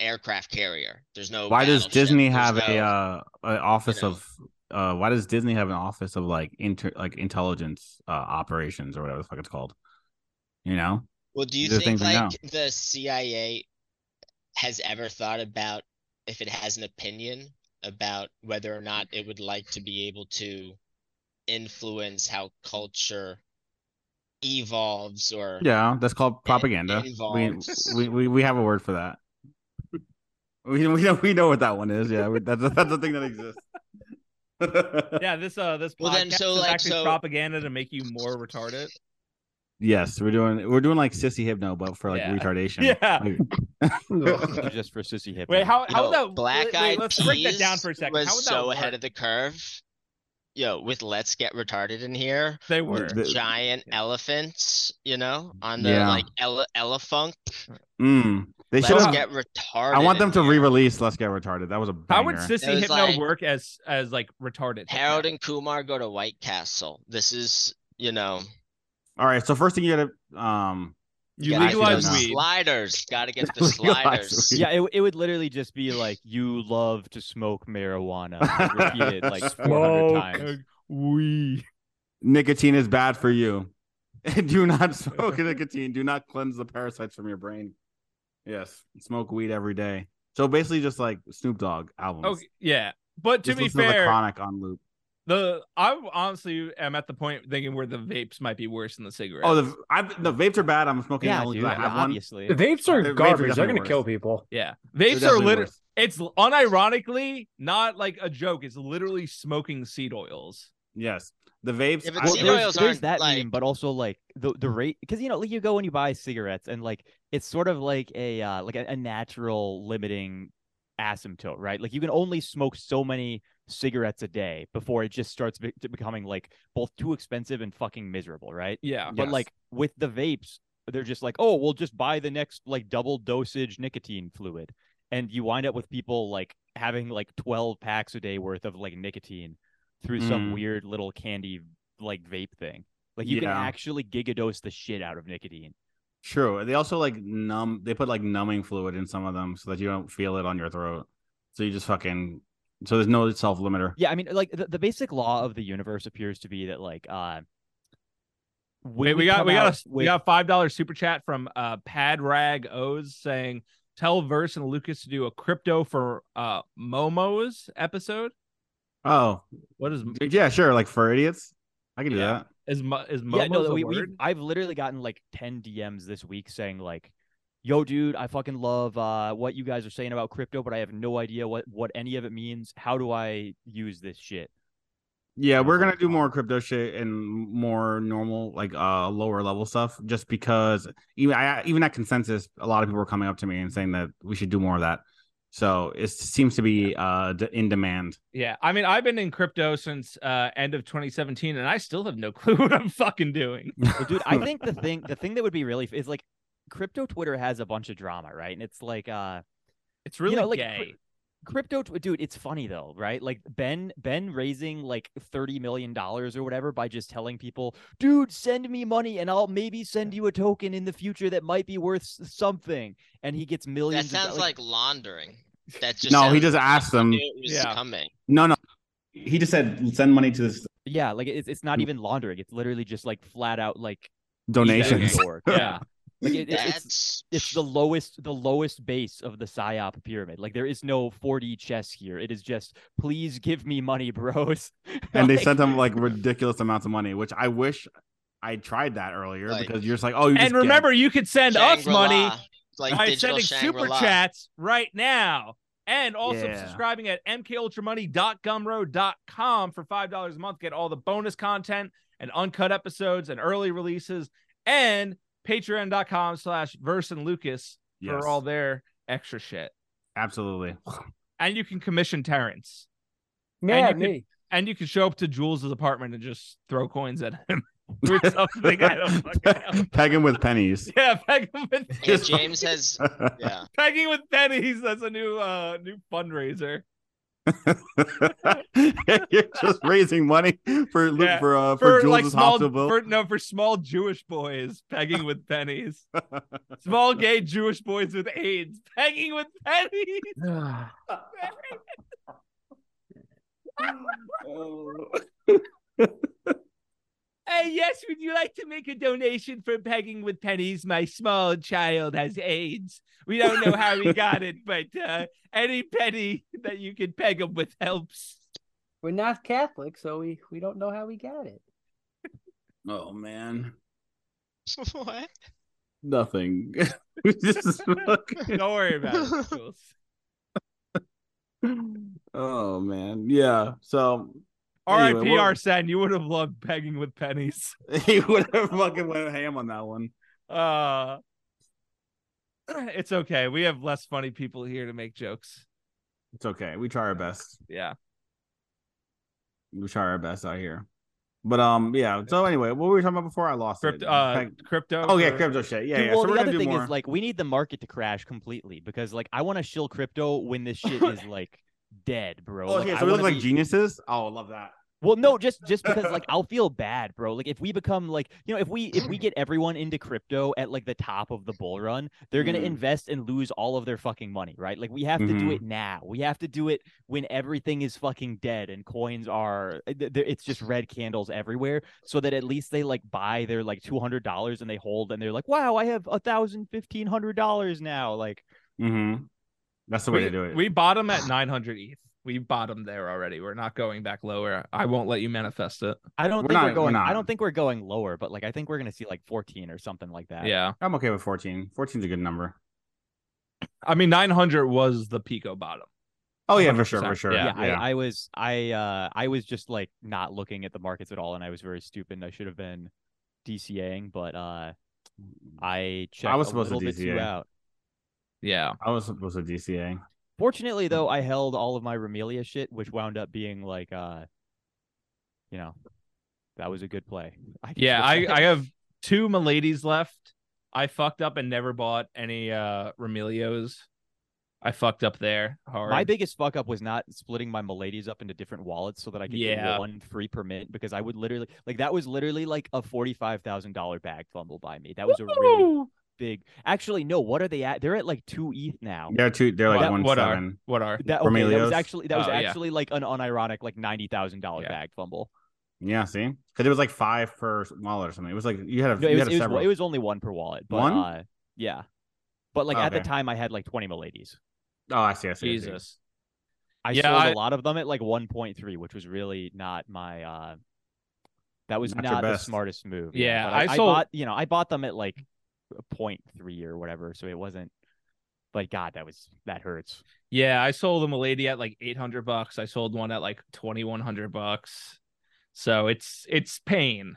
aircraft carrier. There's no
Why does
battleship.
Disney
There's
have a
no-
uh, an office
know.
of uh, why does Disney have an office of like inter like intelligence uh, operations or whatever the fuck it's called? You know,
Well, do you
These are
think
things we know.
like the CIA has ever thought about if it has an opinion about whether or not it would like to be able to influence how culture evolves or
yeah, that's called propaganda. We,
involves-
we we we have a word for that. We we know we know what that one is. Yeah, we, that's that's the thing that exists.
Yeah, this uh this podcast
Well, then, so,
is
like,
actually
so-
propaganda to make you more retarded.
Yes, we're doing we're doing like sissy hypno, but for like
Yeah.
retardation.
Yeah.
Like-
just for sissy hip.
Wait, how
You
how
know,
would that
Black
wait,
Eyed
wait, let's break that down
Peas
for a second.
was
how would that
so
work?
ahead of the curve. Yo, with Let's Get Retarded in here,
they were.
The-
giant elephants, you know, on the
Yeah.
like ele elefunk.
Mm. They should
Let's
have.
get retarded.
I want them
in
to
here.
re-release Let's Get Retarded. That was a banger.
How would sissy
was
hypno
like-
work as as like retarded? hypno?
Harold and Kumar go to White Castle. This is, you know,
All right, so first thing you gotta um
you
gotta
Yeah, I
get
legalize
the
don't know.
weed.
Sliders, gotta get the
Legalize
sliders.
weed.
Yeah, it, it would literally just be like you love to smoke marijuana like, repeated like 400 times.
weed.
nicotine is bad for you. do not smoke nicotine. Do not cleanse the parasites from your brain. Yes, smoke weed every day. So basically, just like Snoop Dogg albums.
Okay, yeah. But to
Just
be
listen the
fair,
chronic on loop.
the I honestly am at the point thinking where the vapes might be worse than the cigarettes.
Oh, the I the vapes are bad. I'm smoking.
Yeah,
only 'cause
dude,
I have one.
obviously.
The vapes
Vapes
are
are
garbage. They're
definitely
gonna
worse.
kill people.
yeah,
They're
vapes are
definitely
literally.
worse.
It's unironically not like a joke. It's literally smoking seed oils.
Yes, the vapes.
Yeah, but
I-
Well,
seed
there's-
oils
there's, there's that
aren't, like-
meme, but also like the the rate because you know like you go and you buy cigarettes and like it's sort of like a uh, like a, a natural limiting asymptote, right? Like you can only smoke so many cigarettes a day before it just starts be- to becoming like both too expensive and fucking miserable, right?
Yeah.
But
Yes.
like with the vapes, they're just like, oh, we'll just buy the next like double dosage nicotine fluid, and you wind up with people like having like twelve packs a day worth of like nicotine through some
Mm.
weird little candy like vape thing. Like you can
Yeah.
actually gigadose the shit out of nicotine.
True. They also like numb. They put like numbing fluid in some of them so that you don't feel it on your throat. So you just fucking. So there's no self limiter.
Yeah, I mean, like the, the basic law of the universe appears to be that like uh when
Wait, we got
come
we got a
out
s- we
with-
got a five dollar super chat from uh Pad Rag O's saying tell Verse and Lucas to do a crypto for uh Momo's episode.
Oh
What is
yeah, sure. Like for idiots, I can do
Yeah.
that.
is Mo- is Momo's
yeah, no,
a
we, we
word?
I've literally gotten like 10 DMs this week saying like, "Yo, dude, I fucking love uh, what you guys are saying about crypto, but I have no idea what what any of it means. How do I use this shit?"
Yeah,
Sounds
we're
like
gonna do
fun.
more crypto shit and more normal, like uh lower level stuff, just because even I even at consensus, a lot of people were coming up to me and saying that we should do more of that. So it seems to be uh d- in demand.
Yeah, I mean, I've been in crypto since uh end of 2017, and I still have no clue what I'm fucking doing.
Well, dude, I think the thing the thing that would be really f- is like crypto Twitter has a bunch of drama, right? And it's like uh
It's really
you know, like
gay.
cr- crypto tw- dude it's funny though right like ben ben raising like 30 million dollars or whatever by just telling people dude send me money and i'll maybe send you a token in the future that might be worth s- something and he gets
That
millions of
sounds
do-
like laundering. That just
no, he
sounds
just asked
like
them.
he knew it was
Yeah.
coming.
No, no, he just said send money to this
yeah like it's, it's not
Mm.
even laundering it's literally just like flat out like
donations.
Zorg.
Yeah.
like it, it- it's
That's
it's the lowest the lowest base of the psyop pyramid like there is no 4d chess here it is just please give me money bros
and they
Like-
sent them like ridiculous amounts of money, which I wish I tried that earlier
Like-
because you're just like, oh, you just
and
get-
remember, you could send us money
Shangri-La, like
by
digital
sending super
Shangri-La.
chats right now. And also
Yeah.
subscribing at mkultramoney.gumroad.com for $5 a month. Get all the bonus content and uncut episodes and early releases and patreon.com slash verse and lucas
Yes,
for all their extra shit.
absolutely.
And you can commission Terrence.
Yeah,
you could-
me.
And you can show up to Jules' apartment and just throw coins at him or something. I don't fucking know.
Peg him with pennies.
Yeah, pegging with,
Yeah, James has yeah.
pegging with pennies. That's a new uh new fundraiser.
You're just raising money for Lu-
Yeah,
for uh, for,
for
Jules'
like small
hospital bill.
for, no for small Jewish boys pegging with pennies. small gay Jewish boys with AIDS pegging with pennies. hey, yes, would you like to make a donation for pegging with pennies? My small child has AIDS. We don't know how he got it, but uh, any penny that you can peg him with helps.
We're not Catholic, so we we don't know how we got it.
oh man,
what?
nothing. Just fucking-
Don't worry about it. Jules.
oh man, yeah. So Anyway,
R.I.P.
we're-
Arsene, E you would have loved pegging with pennies.
he would have fucking went ham on that one.
Uh, it's okay. We have less funny people here to make jokes.
It's okay. We try our best.
Yeah.
We try our best out here. But um, yeah. So anyway, what were we talking about before? I lost
Crypto.
it.
Uh,
Peg-
crypto.
oh yeah,
for-
crypto shit. Yeah,
Dude,
yeah.
Well,
so we're
the
gonna
other
do
thing
more.
is like we need the market to crash completely because like I want to shill crypto when this shit is like dead, bro.
oh,
Like,
okay,
I
so we look
wanna
like
be-
geniuses. Oh, I love that.
Well, no, just just because like I'll feel bad, bro. Like if we become like you know if we if we get everyone into crypto at like the top of the bull run, they're gonna
Mhm.
invest and lose all of their fucking money, right? Like we have to do
Mhm.
it now. We have to do it when everything is fucking dead and coins are eh, th- th- it's just red candles everywhere, so that at least they like buy their like two hundred dollars and they hold and they're like, wow, I have a thousand fifteen hundred dollars now. Like
Mm-hmm. That's the way
we,
to do it.
we bottom at 900 ETH. We bottomed there already. We're not going back lower. I won't let you manifest it.
I don't
We're
think
not-
we're
we're
going. I
not.
don't think we're going lower, but like I think we're gonna see like fourteen or something like that.
Yeah.
I'm okay with 14. 14's a good number.
I mean, 900 was the Pico bottom.
Oh yeah, for sure, for
100%.
sure.
Yeah,
yeah, I, I was i uh i was just like not looking at the markets at all and i was very stupid and i should have been dcaing but uh i checked
was
a
supposed to
little bit too
DCA.
out
Yeah.
I was supposed to DCA.
fortunately though i held all of my remelia shit which wound up being like uh you know that was a good play I
Yeah. I,
guess.
I have two Miladies left. I fucked up and never bought any uh Remelios. I fucked up there hard.
my biggest fuck up was not splitting my Miladies up into different wallets so that I could
Yeah.
get one free permit because I would literally like that was literally like a forty five thousand dollar bag fumble by me. That was a really
Woo!
big. Actually, no. What are they at? They're at like two ETH now.
They're two. They're like
What-
one
what are-
seven.
What are?
That, okay, that was
Bromelios?
actually that was
Oh, yeah.
actually like an unironic like ninety thousand dollar
Yeah.
bag fumble.
Yeah, see, because it was like five per wallet or something. It was like you had a,
No, it
you
was
had a
it
several.
was, it was only one per wallet. But,
One?
Uh, yeah, but like at the
Okay.
time I had like twenty Miladies.
oh, I see. I see. I see.
Jesus.
I
Yeah,
sold a
I-
lot of them at like one point three, which was really not my. uh That was
Not
not,
your
the
best.
smartest move.
Yeah,
but
I sold-
bought you know I bought them at like point three or whatever, so it wasn't. But God, that was that hurts.
Yeah, I sold them a lady at like 800 bucks. I sold one at like 2100 bucks. So it's it's pain.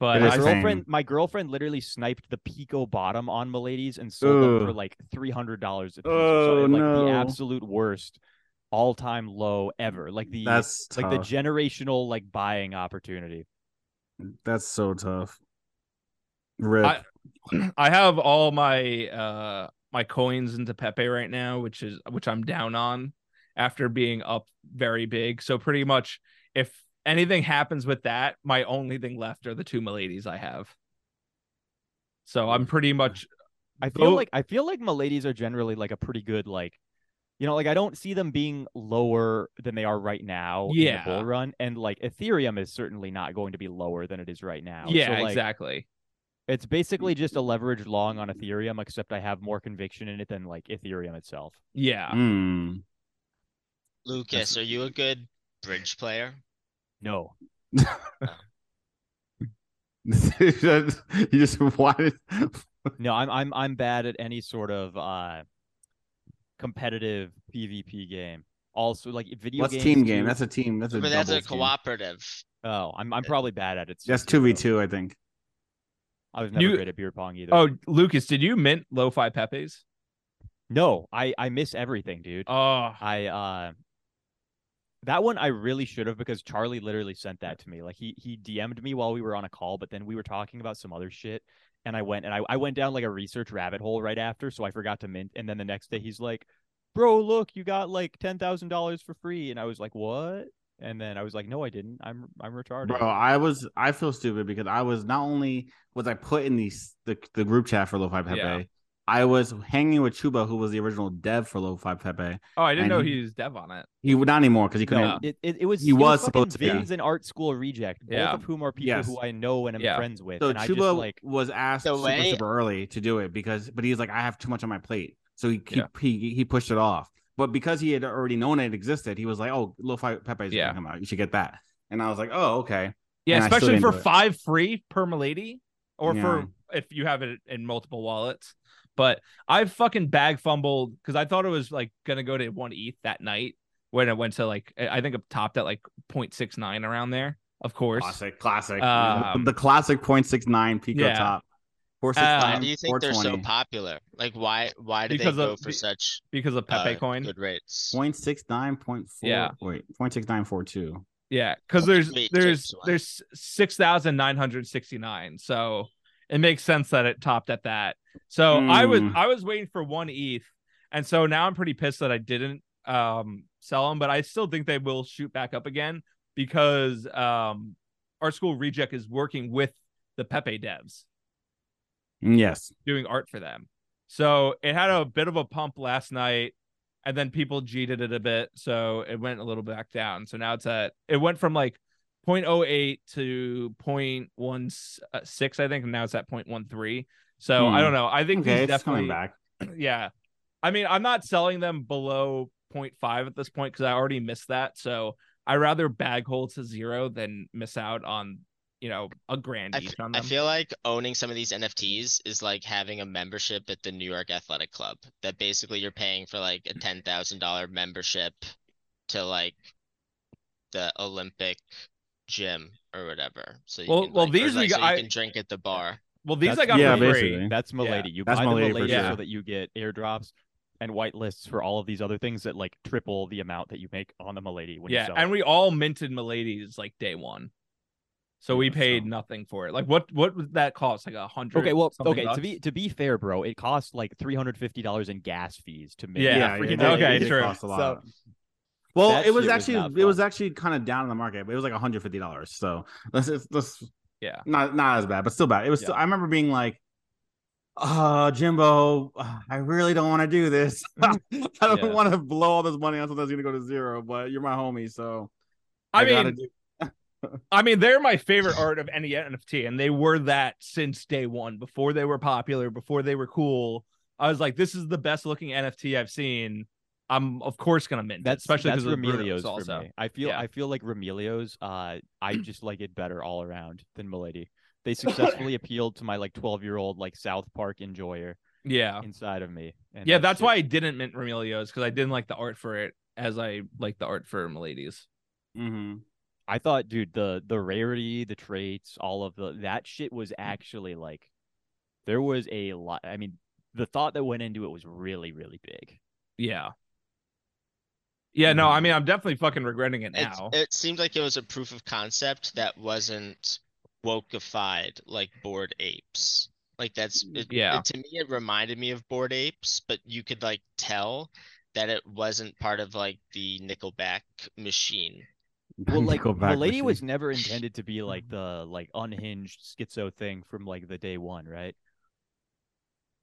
But
It is
my
I,
pain.
girlfriend, my girlfriend literally sniped the Pico bottom on Miladies and sold them for
Ooh.
like three hundred dollars a piece.
Oh,
or something. like
no.
the absolute worst all time low ever. Like the
That's
like the
tough.
generational like buying opportunity.
That's so tough. Rip.
I- I have all my uh my coins into Pepe right now, which is which I'm down on after being up very big. So pretty much if anything happens with that, my only thing left are the two Miladies I have. So I'm pretty much
I feel
Though-
like I feel like Miladies are generally like a pretty good like you know, like I don't see them being lower than they are right now in the
Yeah.
bull run. And like Ethereum is certainly not going to be lower than it is right now.
yeah,
so, like,
exactly.
It's basically just a leverage long on Ethereum, except I have more conviction in it than like Ethereum itself.
Yeah.
Mm.
Lucas, are you a good bridge player?
No.
you just wanted.
No, I'm I'm I'm bad at any sort of uh competitive PvP game. Also, like video
What's
games.
team game?
too-
That's a team. That's a.
But that's a
doubles game.
cooperative.
oh, I'm I'm probably bad at it.
That's
too,
two v
though.
two, I think.
I was never
You-
great at beer pong either.
Oh, Lucas, did you mint lo-fi Pepe's?
no, I I miss everything, dude.
Oh,
I uh that one I really should have because Charlie literally sent that to me. Like he he DM'd me while we were on a call, but then we were talking about some other shit and I went and I, I went down like a research rabbit hole right after, so I forgot to mint and then the next day he's like, Bro, look, you got like ten thousand dollars for free and I was like, What? And then I was like, No, I didn't. I'm I'm retarded.
Bro, I was I feel stupid because I was not only was I put in these the, the group chat for Lo-Fi Pepe,
Yeah.
I was hanging with Chuba, who was the original dev for Lo-Fi Pepe.
oh, I didn't
And
know
he-
he was dev on it.
He would not anymore because he couldn't.
no, it, it, it was
He
it
was
fucking
supposed to be.
Vins and art school reject, both
Yeah.
of whom are people
Yes.
who I know and am
Yeah.
friends with.
So
and I
Chuba
just like
was asked
The
super,
way-
super early to do it because, but he's like, I have too much on my plate, so he he,
Yeah.
he he pushed it off. But because he had already known it existed, he was like, "Oh, Lo-Fi Pepe's
Yeah.
gonna come out. You should get that." And I was like, "Oh, okay."
Yeah,
And I still
especially
didn't
for
do it.
five free per Milady, or
Yeah.
for if you have it in multiple wallets. But I fucking bag fumbled because I thought it was like gonna go to one ETH that night when it went to like I I think it topped at like 0.69 around there. Of course,
Classic, classic,
Um,
the classic 0.69 pico
yeah.
top.
Why
Um,
do you think they're so
420.
popular? Like, why why do they
Because
go
of
for
the-
such
because of
uh,
Pepe coin.
good rates?
0.69.4
Yeah.
wait 0.6942
Yeah, because
Okay,
there's
sweet,
there's
sweet, sweet.
there's six thousand nine hundred sixty nine. So it makes sense that it topped at that. So I was
Hmm.
I was waiting for one ETH, and so now I'm pretty pissed that I didn't um sell them, but I still think they will shoot back up again because um our school reject is working with the Pepe devs
Mm, yes
doing art for them. So it had a bit of a pump last night, and then people cheated it a bit, so it went a little back down. So now it's at it went from like 0.08 to 0.16, I think, and now it's at 0.13. So I
Hmm.
don't know. I think
okay
these
it's coming
definitely
back
yeah. I mean, I'm not selling them below 0.5 at this point because I already missed that. So I rather bag hold to zero than miss out on you know a grand
I
each
f-
on
I
them.
feel like owning some of these NFTs is like having a membership at the New York Athletic Club. That basically you're paying for like a ten thousand dollar membership to like the Olympic gym or whatever. So you
Well-
can,
well,
like- or,
these we
like, so
got- I-
you can drink at the bar.
well, these I
That's-
got
yeah,
for free.
basically.
That's Milady. You
That's
buy
Milady
the
for
Milady
sure.
so that you get airdrops and white lists for all of these other things that like triple the amount that you make on the Milady when you
yeah,
sell.
and
it.
we all minted Milady's like day one, so we
Yeah,
paid
so-
nothing for it. Like, what what would that cost? Like a hundred.
okay, well,
something
okay.
bucks?
To be to be fair, bro, it costs like three hundred fifty dollars in gas fees to make.
Yeah,
that freaking
yeah,
Milady.
okay,
it did
true.
cost a lot.
So-
well
That
it was
shit was
actually
not
it
fun.
was actually kind of down in the market but it was like 150 dollars so that's it's- that's
Yeah.
not not as bad but still bad it was still, i remember being like uh jimbo uh, i really don't want to do this i don't
Yeah.
want to blow all this money on something that's gonna go to zero but you're my homie so
I
gotta
mean,
do-
I mean, they're my favorite art of any NFT, and they were that since day one. Before they were popular, before they were cool, I was like, this is the best looking NFT I've seen. I'm of course gonna mint, it,
That's
especially
that's
because of Bruno's
Remelios for
also.
me. I feel
Yeah.
I feel like Remelios. Uh, I just like it better all around than Milady. They successfully appealed to my like twelve year old like South Park enjoyer
Yeah,
inside of me. and
yeah,
that
that's
shit-
why I didn't mint Remelios because I didn't like the art for it as I like the art for Milady's.
Mhm.
I thought, dude, the the rarity, the traits, all of the that shit was
Mm-hmm.
actually like there was a lot. I mean, the thought that went into it was really, really big.
Yeah. Yeah, no,
Mhm.
I mean, I'm definitely fucking regretting it
It's-
now.
It seemed like it was a proof of concept that wasn't wokeified like Bored Apes. Like that's it,
Yeah.
it- to me, it reminded me of Bored Apes, but you could like tell that it wasn't part of like the Nickelback machine.
Well, like the
Nickelback
lady
machine. Mm-hmm.
was never intended to be like the like unhinged schizo thing from like the day one, right?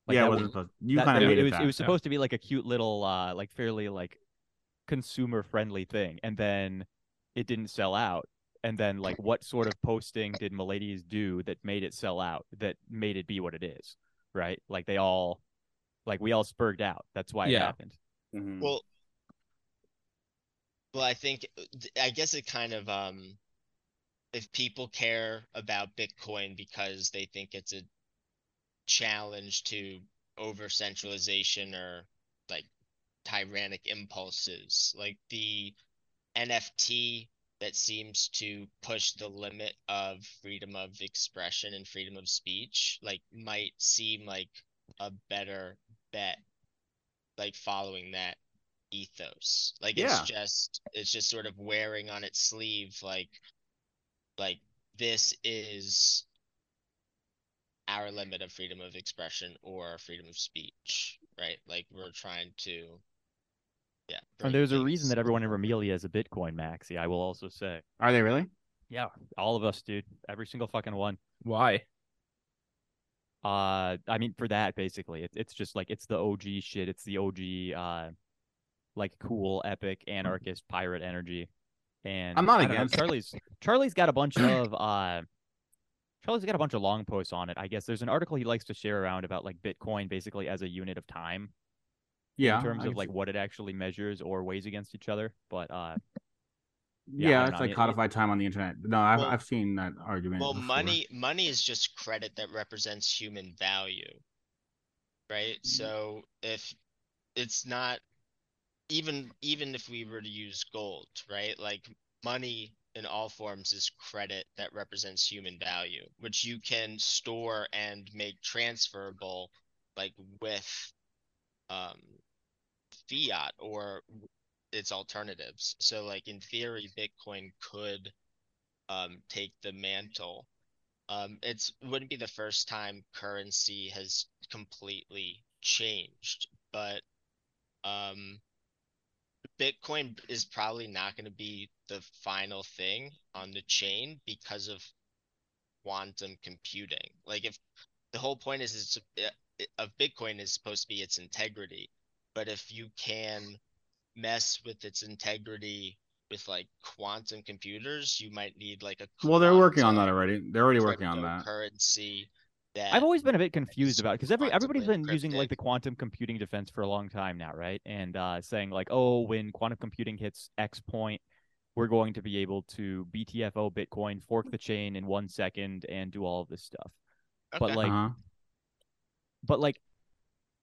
Like,
yeah,
that
it
was-
wasn't supposed. You
that-
kind
it,
of made
it
it.
was
that.
it was
yeah.
supposed to be like a cute little uh like fairly like consumer friendly thing and then it didn't sell out and then like what sort of posting did Milady's do that made it sell out that made it be what it is right like they all like we all spurged out that's why
Yeah.
it happened
Mhm.
Well, uh, well, I think I guess it kind of um if people care about Bitcoin because they think it's a challenge to over centralization or like tyrannic impulses, like the NFT that seems to push the limit of freedom of expression and freedom of speech, like might seem like a better bet, like following that ethos. Like
Yeah.
it's just it's just sort of wearing on its sleeve like like this is our limit of freedom of expression or freedom of speech, right? Like we're trying to yeah.
And
break
there's a
things.
reason that everyone in Romelia is a Bitcoin maxi. I will also say.
Are they really?
Yeah, all of us, dude. Every single fucking one.
Why?
Uh, I mean, for that basically, it, it's just like it's the OG shit. It's the OG, uh, like cool, epic, anarchist pirate energy. And
I'm not
I don't know,
against it.
Charlie's. Charlie's got a bunch of uh, Charlie's got a bunch of long posts on it. I guess there's an article he likes to share around about like Bitcoin basically as a unit of time
Yeah.
in terms
I
of
guess-
like what it actually measures or weighs against each other. But uh,
yeah,
yeah, I don't know.
it's like
It- it-
codified time on the internet. No, I've,
Well-
I've seen that argument.
Well,
before.
money money is just credit that represents human value. Right? So if it's not even even if we were to use gold, right? Like money in all forms is credit that represents human value, which you can store and make transferable like with um fiat or its alternatives. So like in theory, Bitcoin could um, take the mantle. Um, it's wouldn't be the first time currency has completely changed, but um, Bitcoin is probably not going to be the final thing on the chain because of quantum computing. Like if the whole point is it's, uh, of Bitcoin is supposed to be its integrity, but if you can mess with its integrity with like quantum computers, you might need like a
Well, they're working on that
quantum
already. They're already working on that.
currency that
I've always been a bit confused about it because every
Quantum
everybody's been
and
using like
cryptic.
the quantum computing defense for a long time now, right? And uh, saying like, oh, when quantum computing hits X point, we're going to be able to BTFO Bitcoin, fork the chain in one second, and do all of this stuff. But
Okay.
like,
uh-huh.
but like,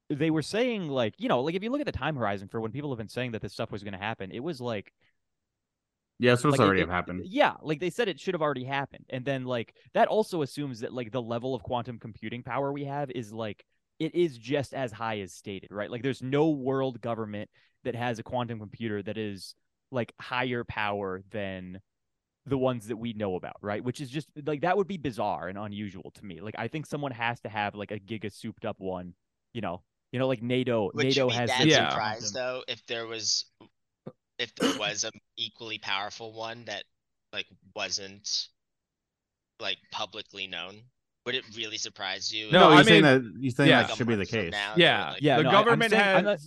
they were saying like, you know, like if you look at the time horizon for when people have been saying that this stuff was going to happen, it was like
Yeah, it's supposed
like,
to
it-
already
it-
have happened.
Yeah, like they said it should have already happened. And then like that also assumes that like the level of quantum computing power we have is like it is just as high as stated, right? Like there's no world government that has a quantum computer that is like higher power than the ones that we know about, right? Which is just like that would be bizarre and unusual to me. Like I think someone has to have like a giga souped up one, you know. You know, like NATO.
Would
NATO
you be
has
that
this
Yeah.
surprised
quantum-
though if there was if there was an equally powerful one that like wasn't like publicly known? Would it really surprise you? if,
No,
No,
I
you're saying
mean-
that you're saying
yeah.
like,
that
a
should be the
month from
case.
now, they were
Yeah.
like,
Yeah,
the
no, I- I'm
government
saying-
has
I'm not-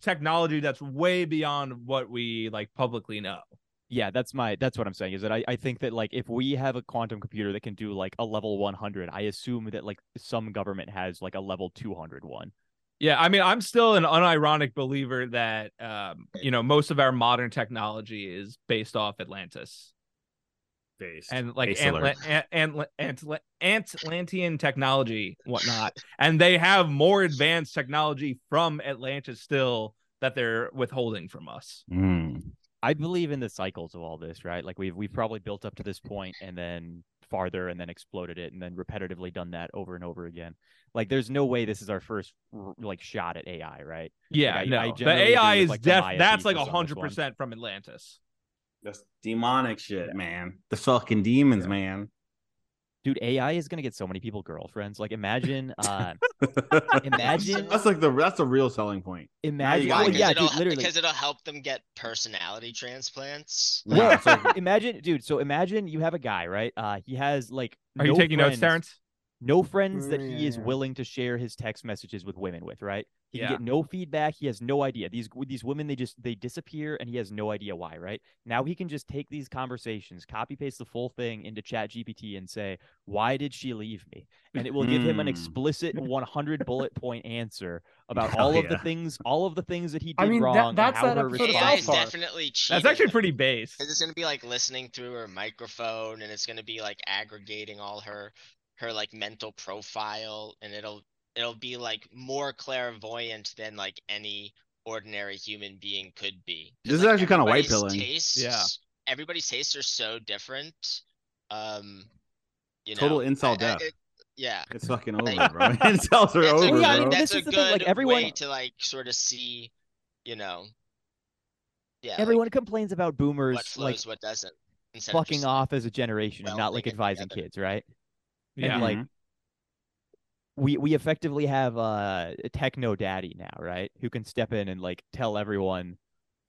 technology that's way beyond what we like publicly know.
Yeah, that's my that's what I'm saying is that I, I think that like if we have a quantum computer that can do like a level 100, I assume that like some government has like a level 200 one.
Yeah, I mean, I'm still an unironic believer that um, you know, most of our modern technology is based off Atlantis.
Based.
and like
Ace alert.
Antla- Ant- Antla- Antla- Atlantean technology, whatnot, and they have more advanced technology from Atlantis still that they're withholding from us.
Mm.
I believe in the cycles of all this, right? Like we've we've probably built up to this point and then farther and then exploded it and then repetitively done that over and over again. Like there's no way this is our first r- like shot at AI, right?
Yeah,
I-
no,
I
the
generally
AI
agree with,
is
like, the
def.
Maya
That's like
thesis on this
hundred percent from Atlantis.
That's demonic shit, man. The fucking demons, man.
Dude, AI is going to get so many people girlfriends. Like imagine uh Imagine-
that's like the that's a real selling point.
imagine
got
Why?
well,
it.
Because
yeah,
it'll,
dude, literally
because it'll help them get personality transplants.
No, it's like-
imagine dude so imagine you have a guy right uh he has like
Are
no
you taking
friends-
notes, Terrence?
no friends that he
Yeah,
is
yeah.
willing to share his text messages with women with right He
Yeah.
can get no feedback. He has no idea. These these women, they just they disappear, and he has no idea why. Right now, he can just take these conversations, copy paste the full thing into Chat GPT, and say, "Why did she leave me?" And it will give him an
Hmm.
Mm.
explicit 100 bullet point answer about
Oh,
Hell
all of the
yeah.
things, all of the things that he did
I mean, that-
wrong. and
that's
how
that
her
episode of
response-
AI is
South Park.
definitely cheating.
That's actually pretty base.
Because it's gonna be like listening through her microphone, and it's gonna be like aggregating all her her like mental profile, and it'll it'll be like more clairvoyant than like any ordinary human being could be. 'Cause,
This is
like,
actually kinda
everybody's
white-pilling.
Tastes,
Yeah.
everybody's tastes are so different. Um, you know,
Total
I- I-
insult death.
it- yeah,
It's fucking over, bro. Insults are
that's,
over,
a,
Yeah, I
bro.
mean,
that's
this
a
is the
good
thing, like, everyone-
way to like sort of see, you know, yeah, like,
Everyone complains about boomers
what
like
flows, what doesn't, instead of
fucking
just,
off as a generation and not
welding
like
it
advising
together.
kids, right?
Yeah.
And like
Mhm.
we we effectively have uh, a techno daddy now, right? Who can step in and like tell everyone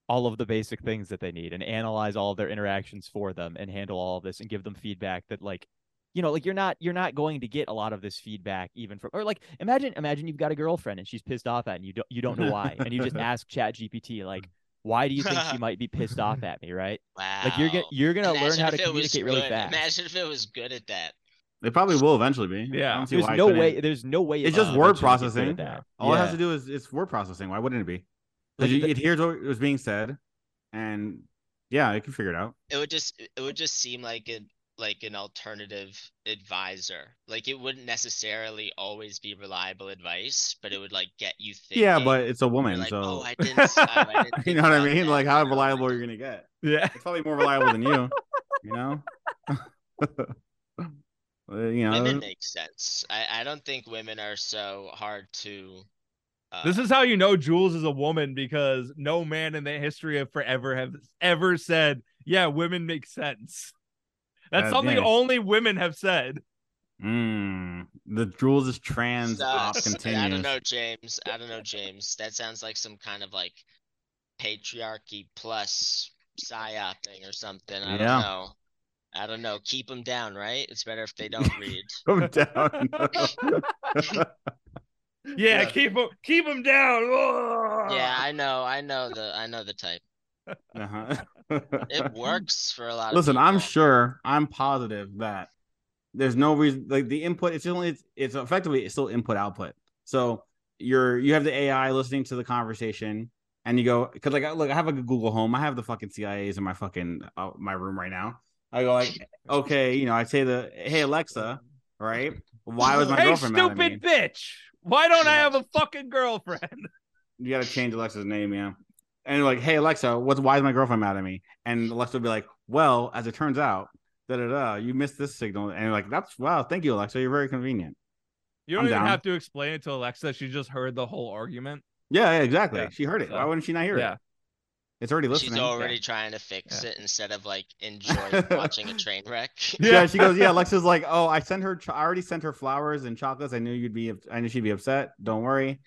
all of the basic things that they need and analyze all of their interactions for them and handle all of this and give them feedback that like you know like you're not you're not going to get a lot of this feedback even from or like imagine imagine you've got a girlfriend and she's pissed off at and you don't you don't know why and you just ask chat gpt like why do you think she might be pissed off at me right
wow.
like you're gonna you're gonna learn
Imagine
how
if
to
it was
communicate really
good.
fast
Imagine if it was good at that.
It probably will eventually be.
Yeah.
I don't see
There's
why it
no
couldn't.
way. There's no way.
It's
uh,
just word
eventually we
processing.
get good at that.
All it has
Yeah.
to do is it's word processing. Why wouldn't it be?
Like,
Because you
the-
it hears what was being said, and yeah, it can figure it out.
It would just it would just seem like a like an alternative advisor. Like it wouldn't necessarily always be reliable advice, but it would like get you thinking.
Yeah, but it's a
You're
woman,
like,
so
oh, I didn't. s- oh, I didn't
you
think
know what I
about
mean.
that.
Like, how
Oh, I
reliable are
didn't-
you gonna get?
Yeah.
It's probably more reliable than you. You know. Uh, you know.
Women make sense. I I don't think women are so hard to. Uh,
This is how you know Jules is a woman because no man in the history of forever have ever said, "Yeah, women make sense." That's
Uh,
something
yeah.
only women have said.
Mm, the Jules is trans. op
sus.
continues.
I don't know, James. I don't know, James. That sounds like some kind of like patriarchy plus psyop thing or something. I
Yeah.
don't know. I don't know. Keep them down, right? It's better if they don't read.
Come down.
Yeah, keep them, keep them down. Ugh.
yeah, I know. I know the. I know the type.
Uh-huh.
It works for a lot.
Listen,
of
I'm
people.
sure, I'm positive that there's no reason like the input. It's only it's, it's effectively it's still input output. So you're you have the AI listening to the conversation, and you go because like I- look, I have like a Google Home. I have the fucking CIA's in my fucking uh, my room right now. I go like, okay, you know, I say the hey Alexa, right? Why was my
hey,
girlfriend mad at me?
stupid bitch! Why don't I
Yeah.
have a fucking girlfriend?
you gotta change Alexa's name, yeah. And you're like, hey Alexa, what's why is my girlfriend mad at me? And Alexa will be like, well, as it turns out, da da da, you missed this signal. And you're like, that's wow, thank you, Alexa, you're very convenient.
You don't
I'm
even
down.
have to explain it to Alexa. She just heard the whole argument.
Yeah, yeah exactly.
Yeah,
she heard it.
so-
why wouldn't she not hear
yeah.
it? It's already listening.
She's already trying to fix it instead of like enjoying watching a train wreck.
yeah. she goes, yeah. Alexa's like, oh, I sent her. I already sent her flowers and chocolates. I knew you'd be. I knew she'd be upset. Don't worry,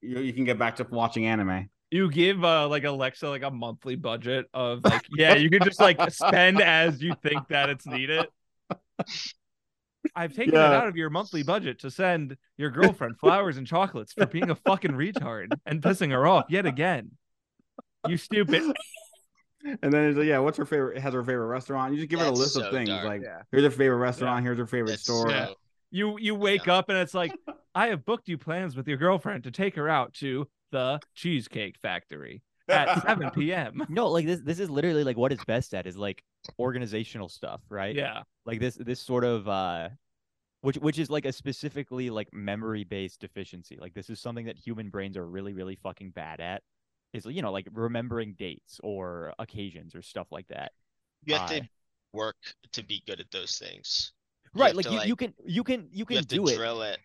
you, you can get back to watching anime.
You give uh, like Alexa like a monthly budget of like, yeah, you could just like spend as you think that it's needed. I've taken it
Yeah.
out of your monthly budget to send your girlfriend flowers and chocolates for being a fucking retard and pissing her off yet again. You stupid.
And then it's like, yeah, what's her favorite? It has her favorite restaurant. You just give her a
That's
list of
so
things.
dark.
Like,
Yeah.
here's her favorite restaurant. Here's her favorite
That's
store.
so-
You you wake up and it's like, I have booked you plans with your girlfriend to take her out to the Cheesecake Factory at 7 p.m.
No, like this. This is literally like what it's best at is like organizational stuff, right?
Yeah.
Like this. This sort of. uh which, which is like a specifically like memory based deficiency. Like this is something that human brains are really really fucking bad at. Is you know like remembering dates or occasions or stuff like that.
You have to
Why?
work to be good at those things. You
right.
have
Like
to,
you, you can you can you
you
can
have
do
to
it.
drill it.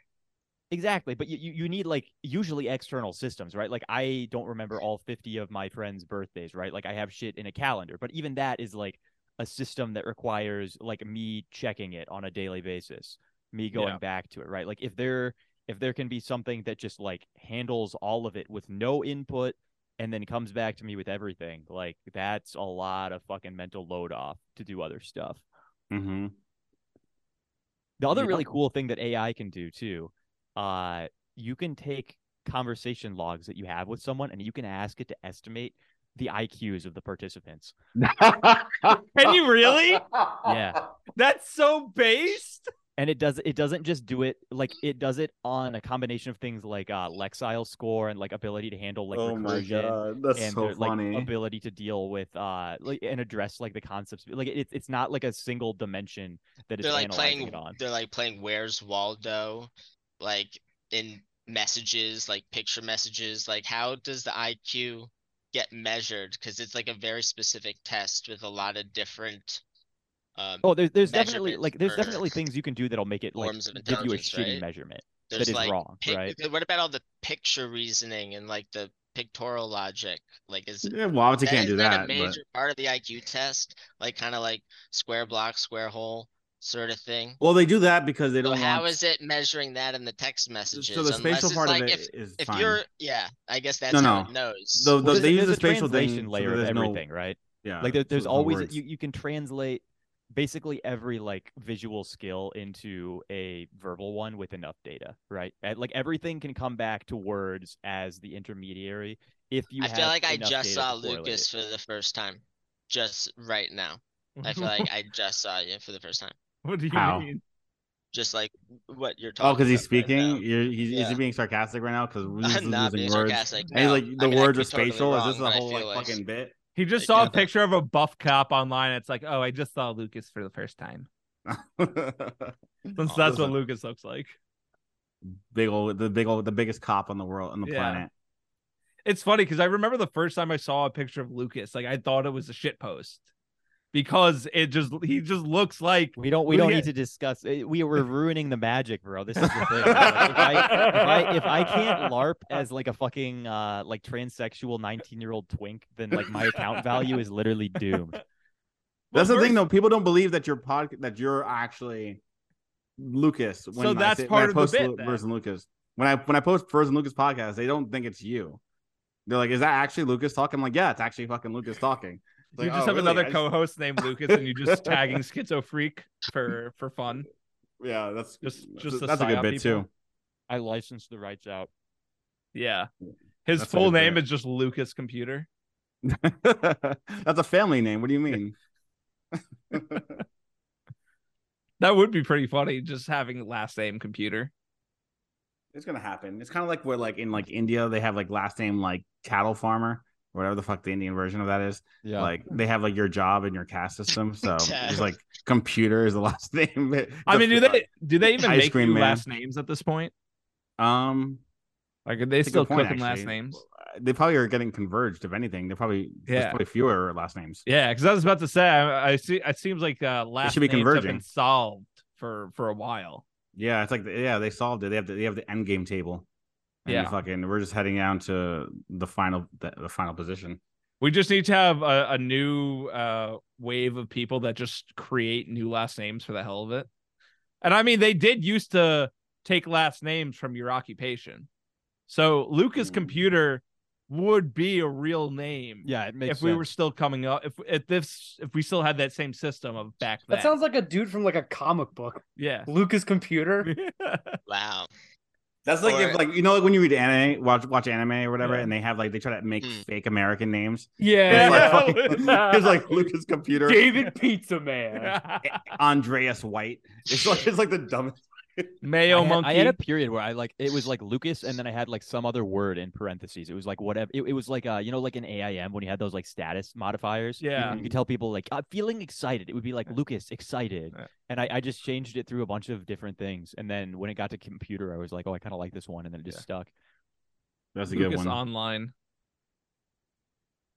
Exactly, but you, you you need like usually external systems, right? Like I don't remember all 50 of my friends' birthdays, right? Like I have shit in a calendar, but even that is like a system that requires like me checking it on a daily basis, me going
Yeah.
back to it, right? Like if there if there can be something that just like handles all of it with no input and then comes back to me with everything, like that's a lot of fucking mental load off to do other stuff.
Mm-hmm.
The other
Yeah.
really cool thing that AI can do too, uh, you can take conversation logs that you have with someone, and you can ask it to estimate the IQs of the participants.
Can you really?
Yeah.
That's so based.
And it does it doesn't just do it like it does it on a combination of things like uh Lexile score and like ability to handle like
oh my
recursion
god, that's
and
so
their,
funny.
like ability to deal with uh like and address like the concepts like it's it's not like a single dimension that it's
They're like
analyzing
playing
it on.
they're like playing Where's Waldo, like in messages, like picture messages. Like how does the IQ get measured? Because it's like a very specific test with a lot of different um
Oh, there's there's definitely
measurements
like there's
for
definitely things you can do that'll make it like
forms of
give you a
intelligence,
shitty
right?
measurement that
there's
is
like
wrong,
pic-
right?
what about all the picture reasoning and like the pictorial logic? Like is
yeah, well, obviously can't
is
do
that
that.
a major part of the IQ test? Like kind of like square block, square hole sort of thing.
but... Well, they do that because they
So
don't.
how
want...
is it measuring that in the text messages?
So the
Unless
spatial
it's
part
like
of it
if,
is
if
fine.
you're yeah, I guess that's
No,
how
no.
it knows.
The- the-
Well,
they
there's-
use the
there's a
spatial thing,
translation
so
layer of
there's no-
everything, right?
yeah,
like there,
so
there's
no
always
words.
you, you can translate basically every like visual skill into a verbal one with enough data right And, like everything can come back to words as the intermediary if you
I
have
feel like I
enough
just
data
saw
to correlate
Lucas
it.
for the first time, just right now. I feel like I just saw you for the first time.
what do you
How?
mean?
Just like what you're talking.
Oh, because he's
about right
speaking.
now.
You're, he's, is he
Yeah.
being sarcastic right now? Because Lucas
I'm
is
not
using
being
words.
sarcastic.
And he's
no.
like the
I mean, I
words are
could totally be
spatial.
wrong,
is this
but
a
I
whole like
feel
fucking bit?
He just
I
saw a
know.
picture of a buff cop online. It's like, oh, I just saw Lucas for the first time. Since
Oh,
that's what
listen,
Lucas looks like.
big old the big old the biggest cop on the world on the
Yeah.
planet.
It's funny because I remember the first time I saw a picture of Lucas, like I thought it was a shit post because it just he just looks like
we don't we
Who
don't
ya-
need to discuss it. we were ruining the magic bro this is the thing Like, if, I, if I if I can't larp as like a fucking uh like transsexual 19 year old twink then like my account value is literally doomed
That's the thing,
first-
though. People don't believe that your pod that you're actually Lucas. When I
that's
say- when
part
I
of the
post
bit,
Lu-
then.
Verse and Lucas. When I when I post Verse and Lucas podcast, they don't think it's you. They're like, "Is that actually Lucas talking?" I'm like, "Yeah, it's actually fucking Lucas talking." It's
you
like,
just
"Oh,
have
really? I
another
just-
co-host named Lucas and you just tagging schizo freak for for fun.
Yeah, that's
Just-
that's-
just the
that's a good
psyop
bit
people.
too.
i licensed the rights out
Yeah. His
That's a
full
good
name
bit.
is just Lucas Computer.
that's a family name. What do you mean?
That would be pretty funny, just having last name computer.
It's gonna happen. It's kind of like where, like in like India, they have like last name like cattle farmer, or whatever the fuck the Indian version of that is.
yeah
Like they have like your job and your caste system, so
Tab.
it's like computer is the last name.
I mean, do
The-
they do they even
Ice
make
cream
new
man.
last names at this point?
Um,
Like are they
it's a good
still
point,
cooking last
actually.
names?
They probably are getting converged. If anything, they probably there's
Yeah.
probably fewer last names.
Yeah, because I was about to say, I, I see. It seems like uh, last
should be
names have
converging.
been solved for for a while.
Yeah, it's like yeah, they solved it. They have the, they have the end game table. And
Yeah.
fucking. We're just heading down to the final the, the final position.
We just need to have a, a new uh, wave of people that just create new last names for the hell of it. And I mean, they did used to take last names from your occupation. So Lucas
Mm.
Computer would be a real name
yeah it
if
makes
we
sense.
were still coming up. If if this if we still had that same system of back then,
That sounds like a dude from like a comic book.
yeah.
Lucas Computer.
Wow.
That's like if,
Or-
like you know like when you read anime, watch watch anime or whatever,
Yeah.
and they have like they try to make
Hmm.
fake American names.
Yeah.
It's like, fucking- it's like eh, Lucas Computer,
David Pizza Man.
Andreas White. It's like it's like the dumbest.
Mayo
I had,
monkey.
I had a period where I like it was like Lucas, and then I had like some other word in parentheses. It was like whatever. It, it was like uh, you know, like an AIM when you had those like status modifiers.
yeah.
You could tell people like I'm feeling excited. It would be like Lucas excited,
Yeah.
and I, I just changed it through a bunch of different things. And then when it got to computer, I was like, oh, I kind of like this one, and then it just
Yeah.
stuck.
That's a good
Lucas
one.
online.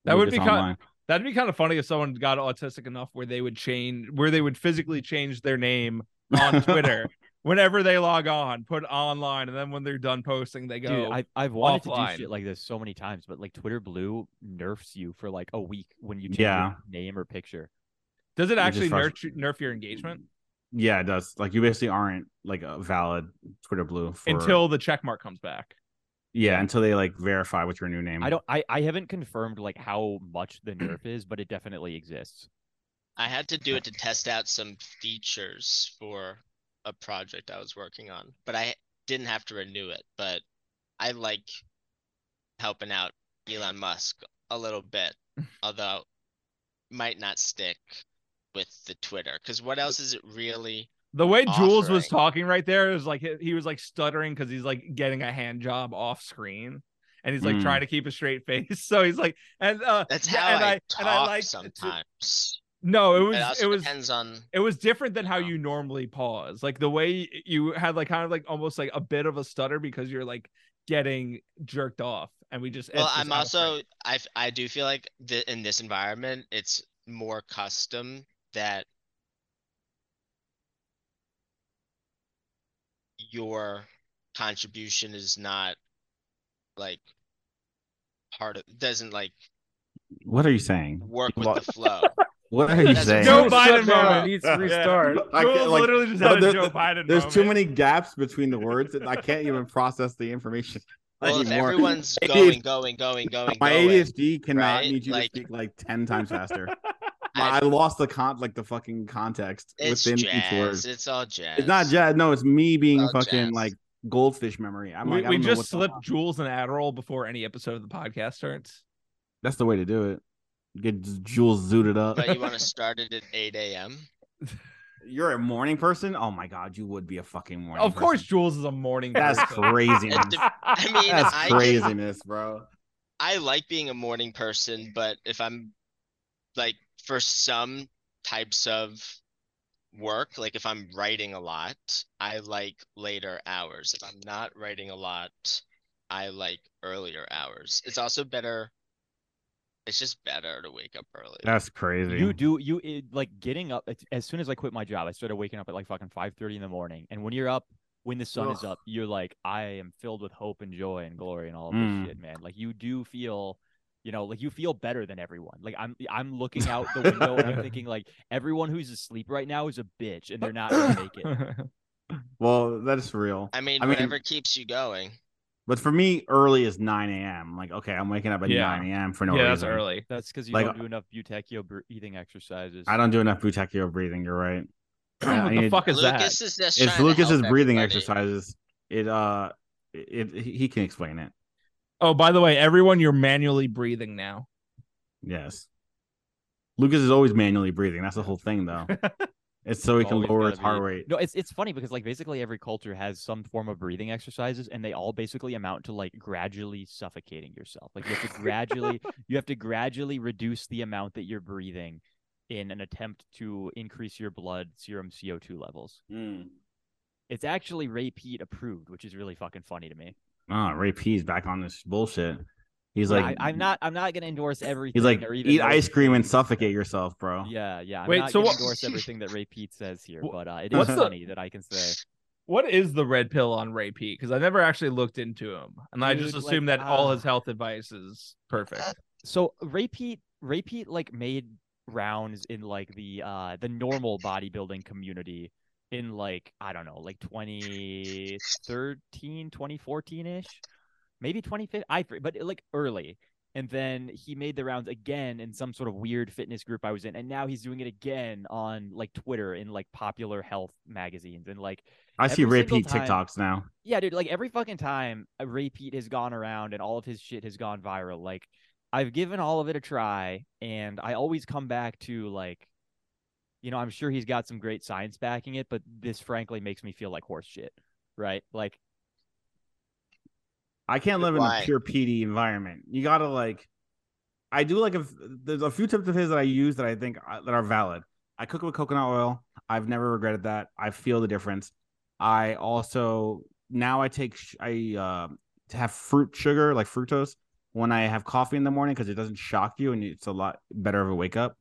That would
Lucas
be kind-
online.
That'd be kind of funny if someone got autistic enough where they would change, where they would physically change their name on Twitter whenever they log on, put online, and then when they're done posting, they go.
Dude, I, I've wanted
offline.
to do shit like this so many times, but like Twitter Blue nerfs you for like a week when you change
Yeah.
your name or picture.
Does it
just
actually nerf,
frustr-
nerf your engagement
Yeah, it does. Like you basically aren't like a valid Twitter blue for,
until the check mark comes back?
yeah until they like verify what your new name.
I don't. I, I haven't confirmed like how much the nerf is, but it definitely exists.
I had to do it to test out some features for a project I was working on, but I didn't have to renew it. But I like helping out Elon Musk a little bit, although might not stick with the Twitter. Because what else is it really?
The way Jules was
Offering.
talking right there is like he- he was like stuttering because he's like getting a hand job off screen, and he's like
Mm.
trying to keep a straight face. So he's like, and uh,
Hmm. That's
yeah,
how
and
I,
I-
talk
and I like to-
sometimes.
no, it
it
was
also
it was
depends on
it was different than how
Yeah.
you normally pause. Like the way you had like kind of like almost like a bit of a stutter because you're like getting jerked off, and we just it's
Well,
just
I'm
out of frame.
also I f- I do feel like the, in this environment it's more custom that your contribution is not like part of doesn't like
What are you saying?
work with
What-
the flow.
What are you
That's
saying?
Joe
Shut
Biden
down,
moment.
Needs to restart.
I
Jules
can't, like,
literally just
no,
had a
there-
Joe Biden.
There's too
moment.
many gaps between the words. that I can't even process the information
Well, if
anymore.
everyone's
ADHD
going, going, going, going,
My
going,
ADHD cannot
right?
need you
Like-
to speak like ten times faster. I,
I-
lost the con like the fucking context
it's
within each word.
jazz.
It's,
It's all jazz.
not jazz. No, it's me being
It's not
fucking
jazz.
like goldfish memory. I'm
we
like, I
we
don't know
just
what's going
slipped
on.
Jules and Adderall before any episode of the podcast starts.
That's the way to do it. Get Jules zooted up.
But you want to start it at 8 a.m.
You're a morning person. Oh my god, you would be a fucking morning.
Of course,
person.
Jules is a morning.
That's
person.
craziness.
It de- I mean,
That's
I get-
craziness, bro.
I like being a morning person, but if I'm like for some types of work, like if I'm writing a lot, I like later hours. If I'm not writing a lot, I like earlier hours. It's also better. It's just better to wake up early.
That's crazy.
You do you it, like getting up it's- as soon as I quit my job. I started waking up at like fucking five thirty in the morning. And when you're up, when the sun is
Ugh.
up, you're like, I am filled with hope and joy and glory and all of
Mm.
this shit, man. Like you do feel, you know, like you feel better than everyone. Like I'm I'm looking out the window and I'm thinking like everyone who's asleep right now is a bitch and they're not gonna make it.
Well, that's real.
I mean,
I mean-
whatever keeps you going.
But for me, early is 9 a.m. Like, okay, I'm waking up at
Yeah.
9 a.m. for no
yeah, that's
reason.
early.
That's because you
Like, uh
don't do enough butachio breathing exercises.
I don't do enough butekio breathing. You're right. I
what the
need-
fuck is
Lucas
that?
is just
It's
trying to
Lucas's
help
breathing
everybody.
exercises. It uh, it, it he can explain it.
Oh, by the way, everyone, you're manually breathing now.
Yes. Lucas is always manually breathing. That's the whole thing, though. it's so he
It's
can
always
lower
gotta
his heart
be-
rate.
No, it's it's funny because like basically every culture has some form of breathing exercises, and they all basically amount to like gradually suffocating yourself. Like you have to gradually you have to gradually reduce the amount that you're breathing in an attempt to increase your blood serum CO two levels.
Hmm.
It's actually Ray Pete approved, which is really fucking funny to me.
Oh, Ray P's back on this bullshit. He's
Yeah,
like,
I, am not I'm not gonna endorse everything.
He's like,
or even
eat
know-
ice cream and suffocate yourself, bro.
Yeah, yeah. I'm
Wait,
not
so
gonna
what-
endorse everything that Ray Pete says here,
Wh-
but uh, it is
what's the-
funny that I can say.
What is the red pill on Ray Pete? Because I never actually looked into him, and I just
Dude, like,
assume that all
uh,
his health advice is perfect.
so Ray Pete, Ray Pete like made rounds in like the uh the normal bodybuilding community in like I don't know, like 2013, 2014ish, maybe 2015, I for- but like early. And then he made the rounds again in some sort of weird fitness group I was in, and now he's doing it again on like Twitter in like popular health magazines and like
I see
Every
Ray
single
Pete
time-
TikToks now.
yeah, dude, like every fucking time a repeat has gone around and all of his shit has gone viral, like I've given all of it a try and I always come back to like you know, I'm sure he's got some great science backing it, but this frankly makes me feel like horse shit, right? Like
I can't live in a
Why?
pure PD environment. You gotta like, I do like a. f- There's a few tips of his that I use that I think uh, that are valid. I cook with coconut oil. I've never regretted that. I feel the difference. I also now I take sh- I uh, to have fruit sugar like fructose when I have coffee in the morning because it doesn't shock you and it's a lot better of a wake up.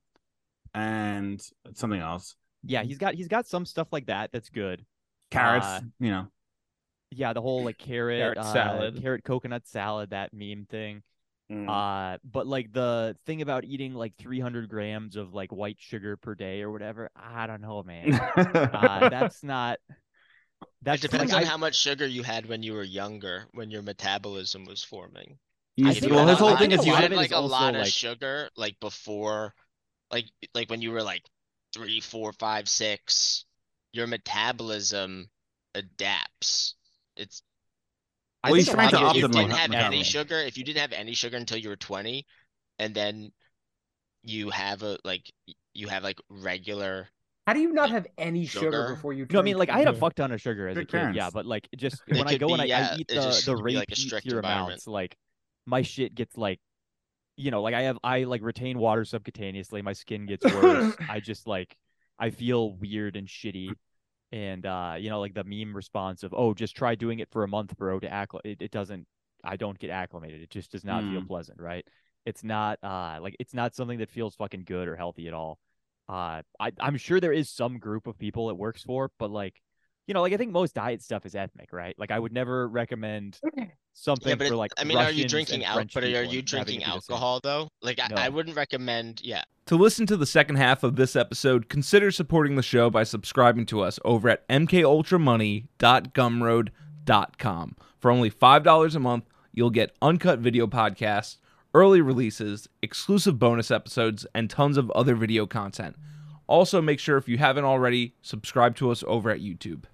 And something else,
yeah,
Mm-hmm.
he's got he's got some stuff like that that's good.
carrots.
Uh,
you know,
Yeah, the whole like carrot,
Carrot
uh,
salad. Mm-hmm.
carrot coconut salad, that meme thing.
Mm.
Uh, but like the thing about eating like 300 grams of like white sugar per day or whatever, I don't know, man. uh, that's not. That's
It depends
like,
on
I-
how much sugar you had when you were younger, when your metabolism was forming.
You
I
see-
think
well, his
a lot-
whole
I
thing
think
is
a
you
lot
had
of it
like
is
a
also,
lot of
like-
sugar, like before, like like when you were like three, four, five, six, your metabolism adapts. It's
I
Well,
think
he's
a
trying
lot
to
of
if
it
you
is
optimize-
didn't
like
have any
Yeah.
sugar, if you didn't have any sugar until you were 20, and then you have a like you have like regular
How do you not have any sugar,
Sugar?
before you?
No, I mean, like I had a
turn
fuck ton of sugar as a
Good
kid, yeah.
parents.
But like, it just
It
when I
could
go and
be,
I,
yeah,
I eat
it
the
just
the
could be, like, a
rape eat
strict
your
environment.
amounts, like my shit gets like, you know, like I have I like retain water subcutaneously. My skin gets worse. I just like I feel weird and shitty, and uh, you know, like the meme response of "Oh, just try doing it for a month, bro." To accl, it, it doesn't. I don't get acclimated. It just does not feel
Mm.
pleasant, right? It's not uh like it's not something that feels fucking good or healthy at all. Uh, I I'm sure there is some group of people it works for, but like you know, like I think most diet stuff is ethnic, right? Like I would never recommend something
yeah, but
for
it-
like.
I mean,
Russians
are you
and
drinking alcohol?
French
But are
people
you
and having
drinking
it be the same.
alcohol though? Like I, I
No.
wouldn't recommend. Yeah,
To listen to the second half of this episode, consider supporting the show by subscribing to us over at mkultramoney.gumroad.com. For only $5 a month, you'll get uncut video podcasts, early releases, exclusive bonus episodes, and tons of other video content. Also, make sure if you haven't already, subscribe to us over at YouTube.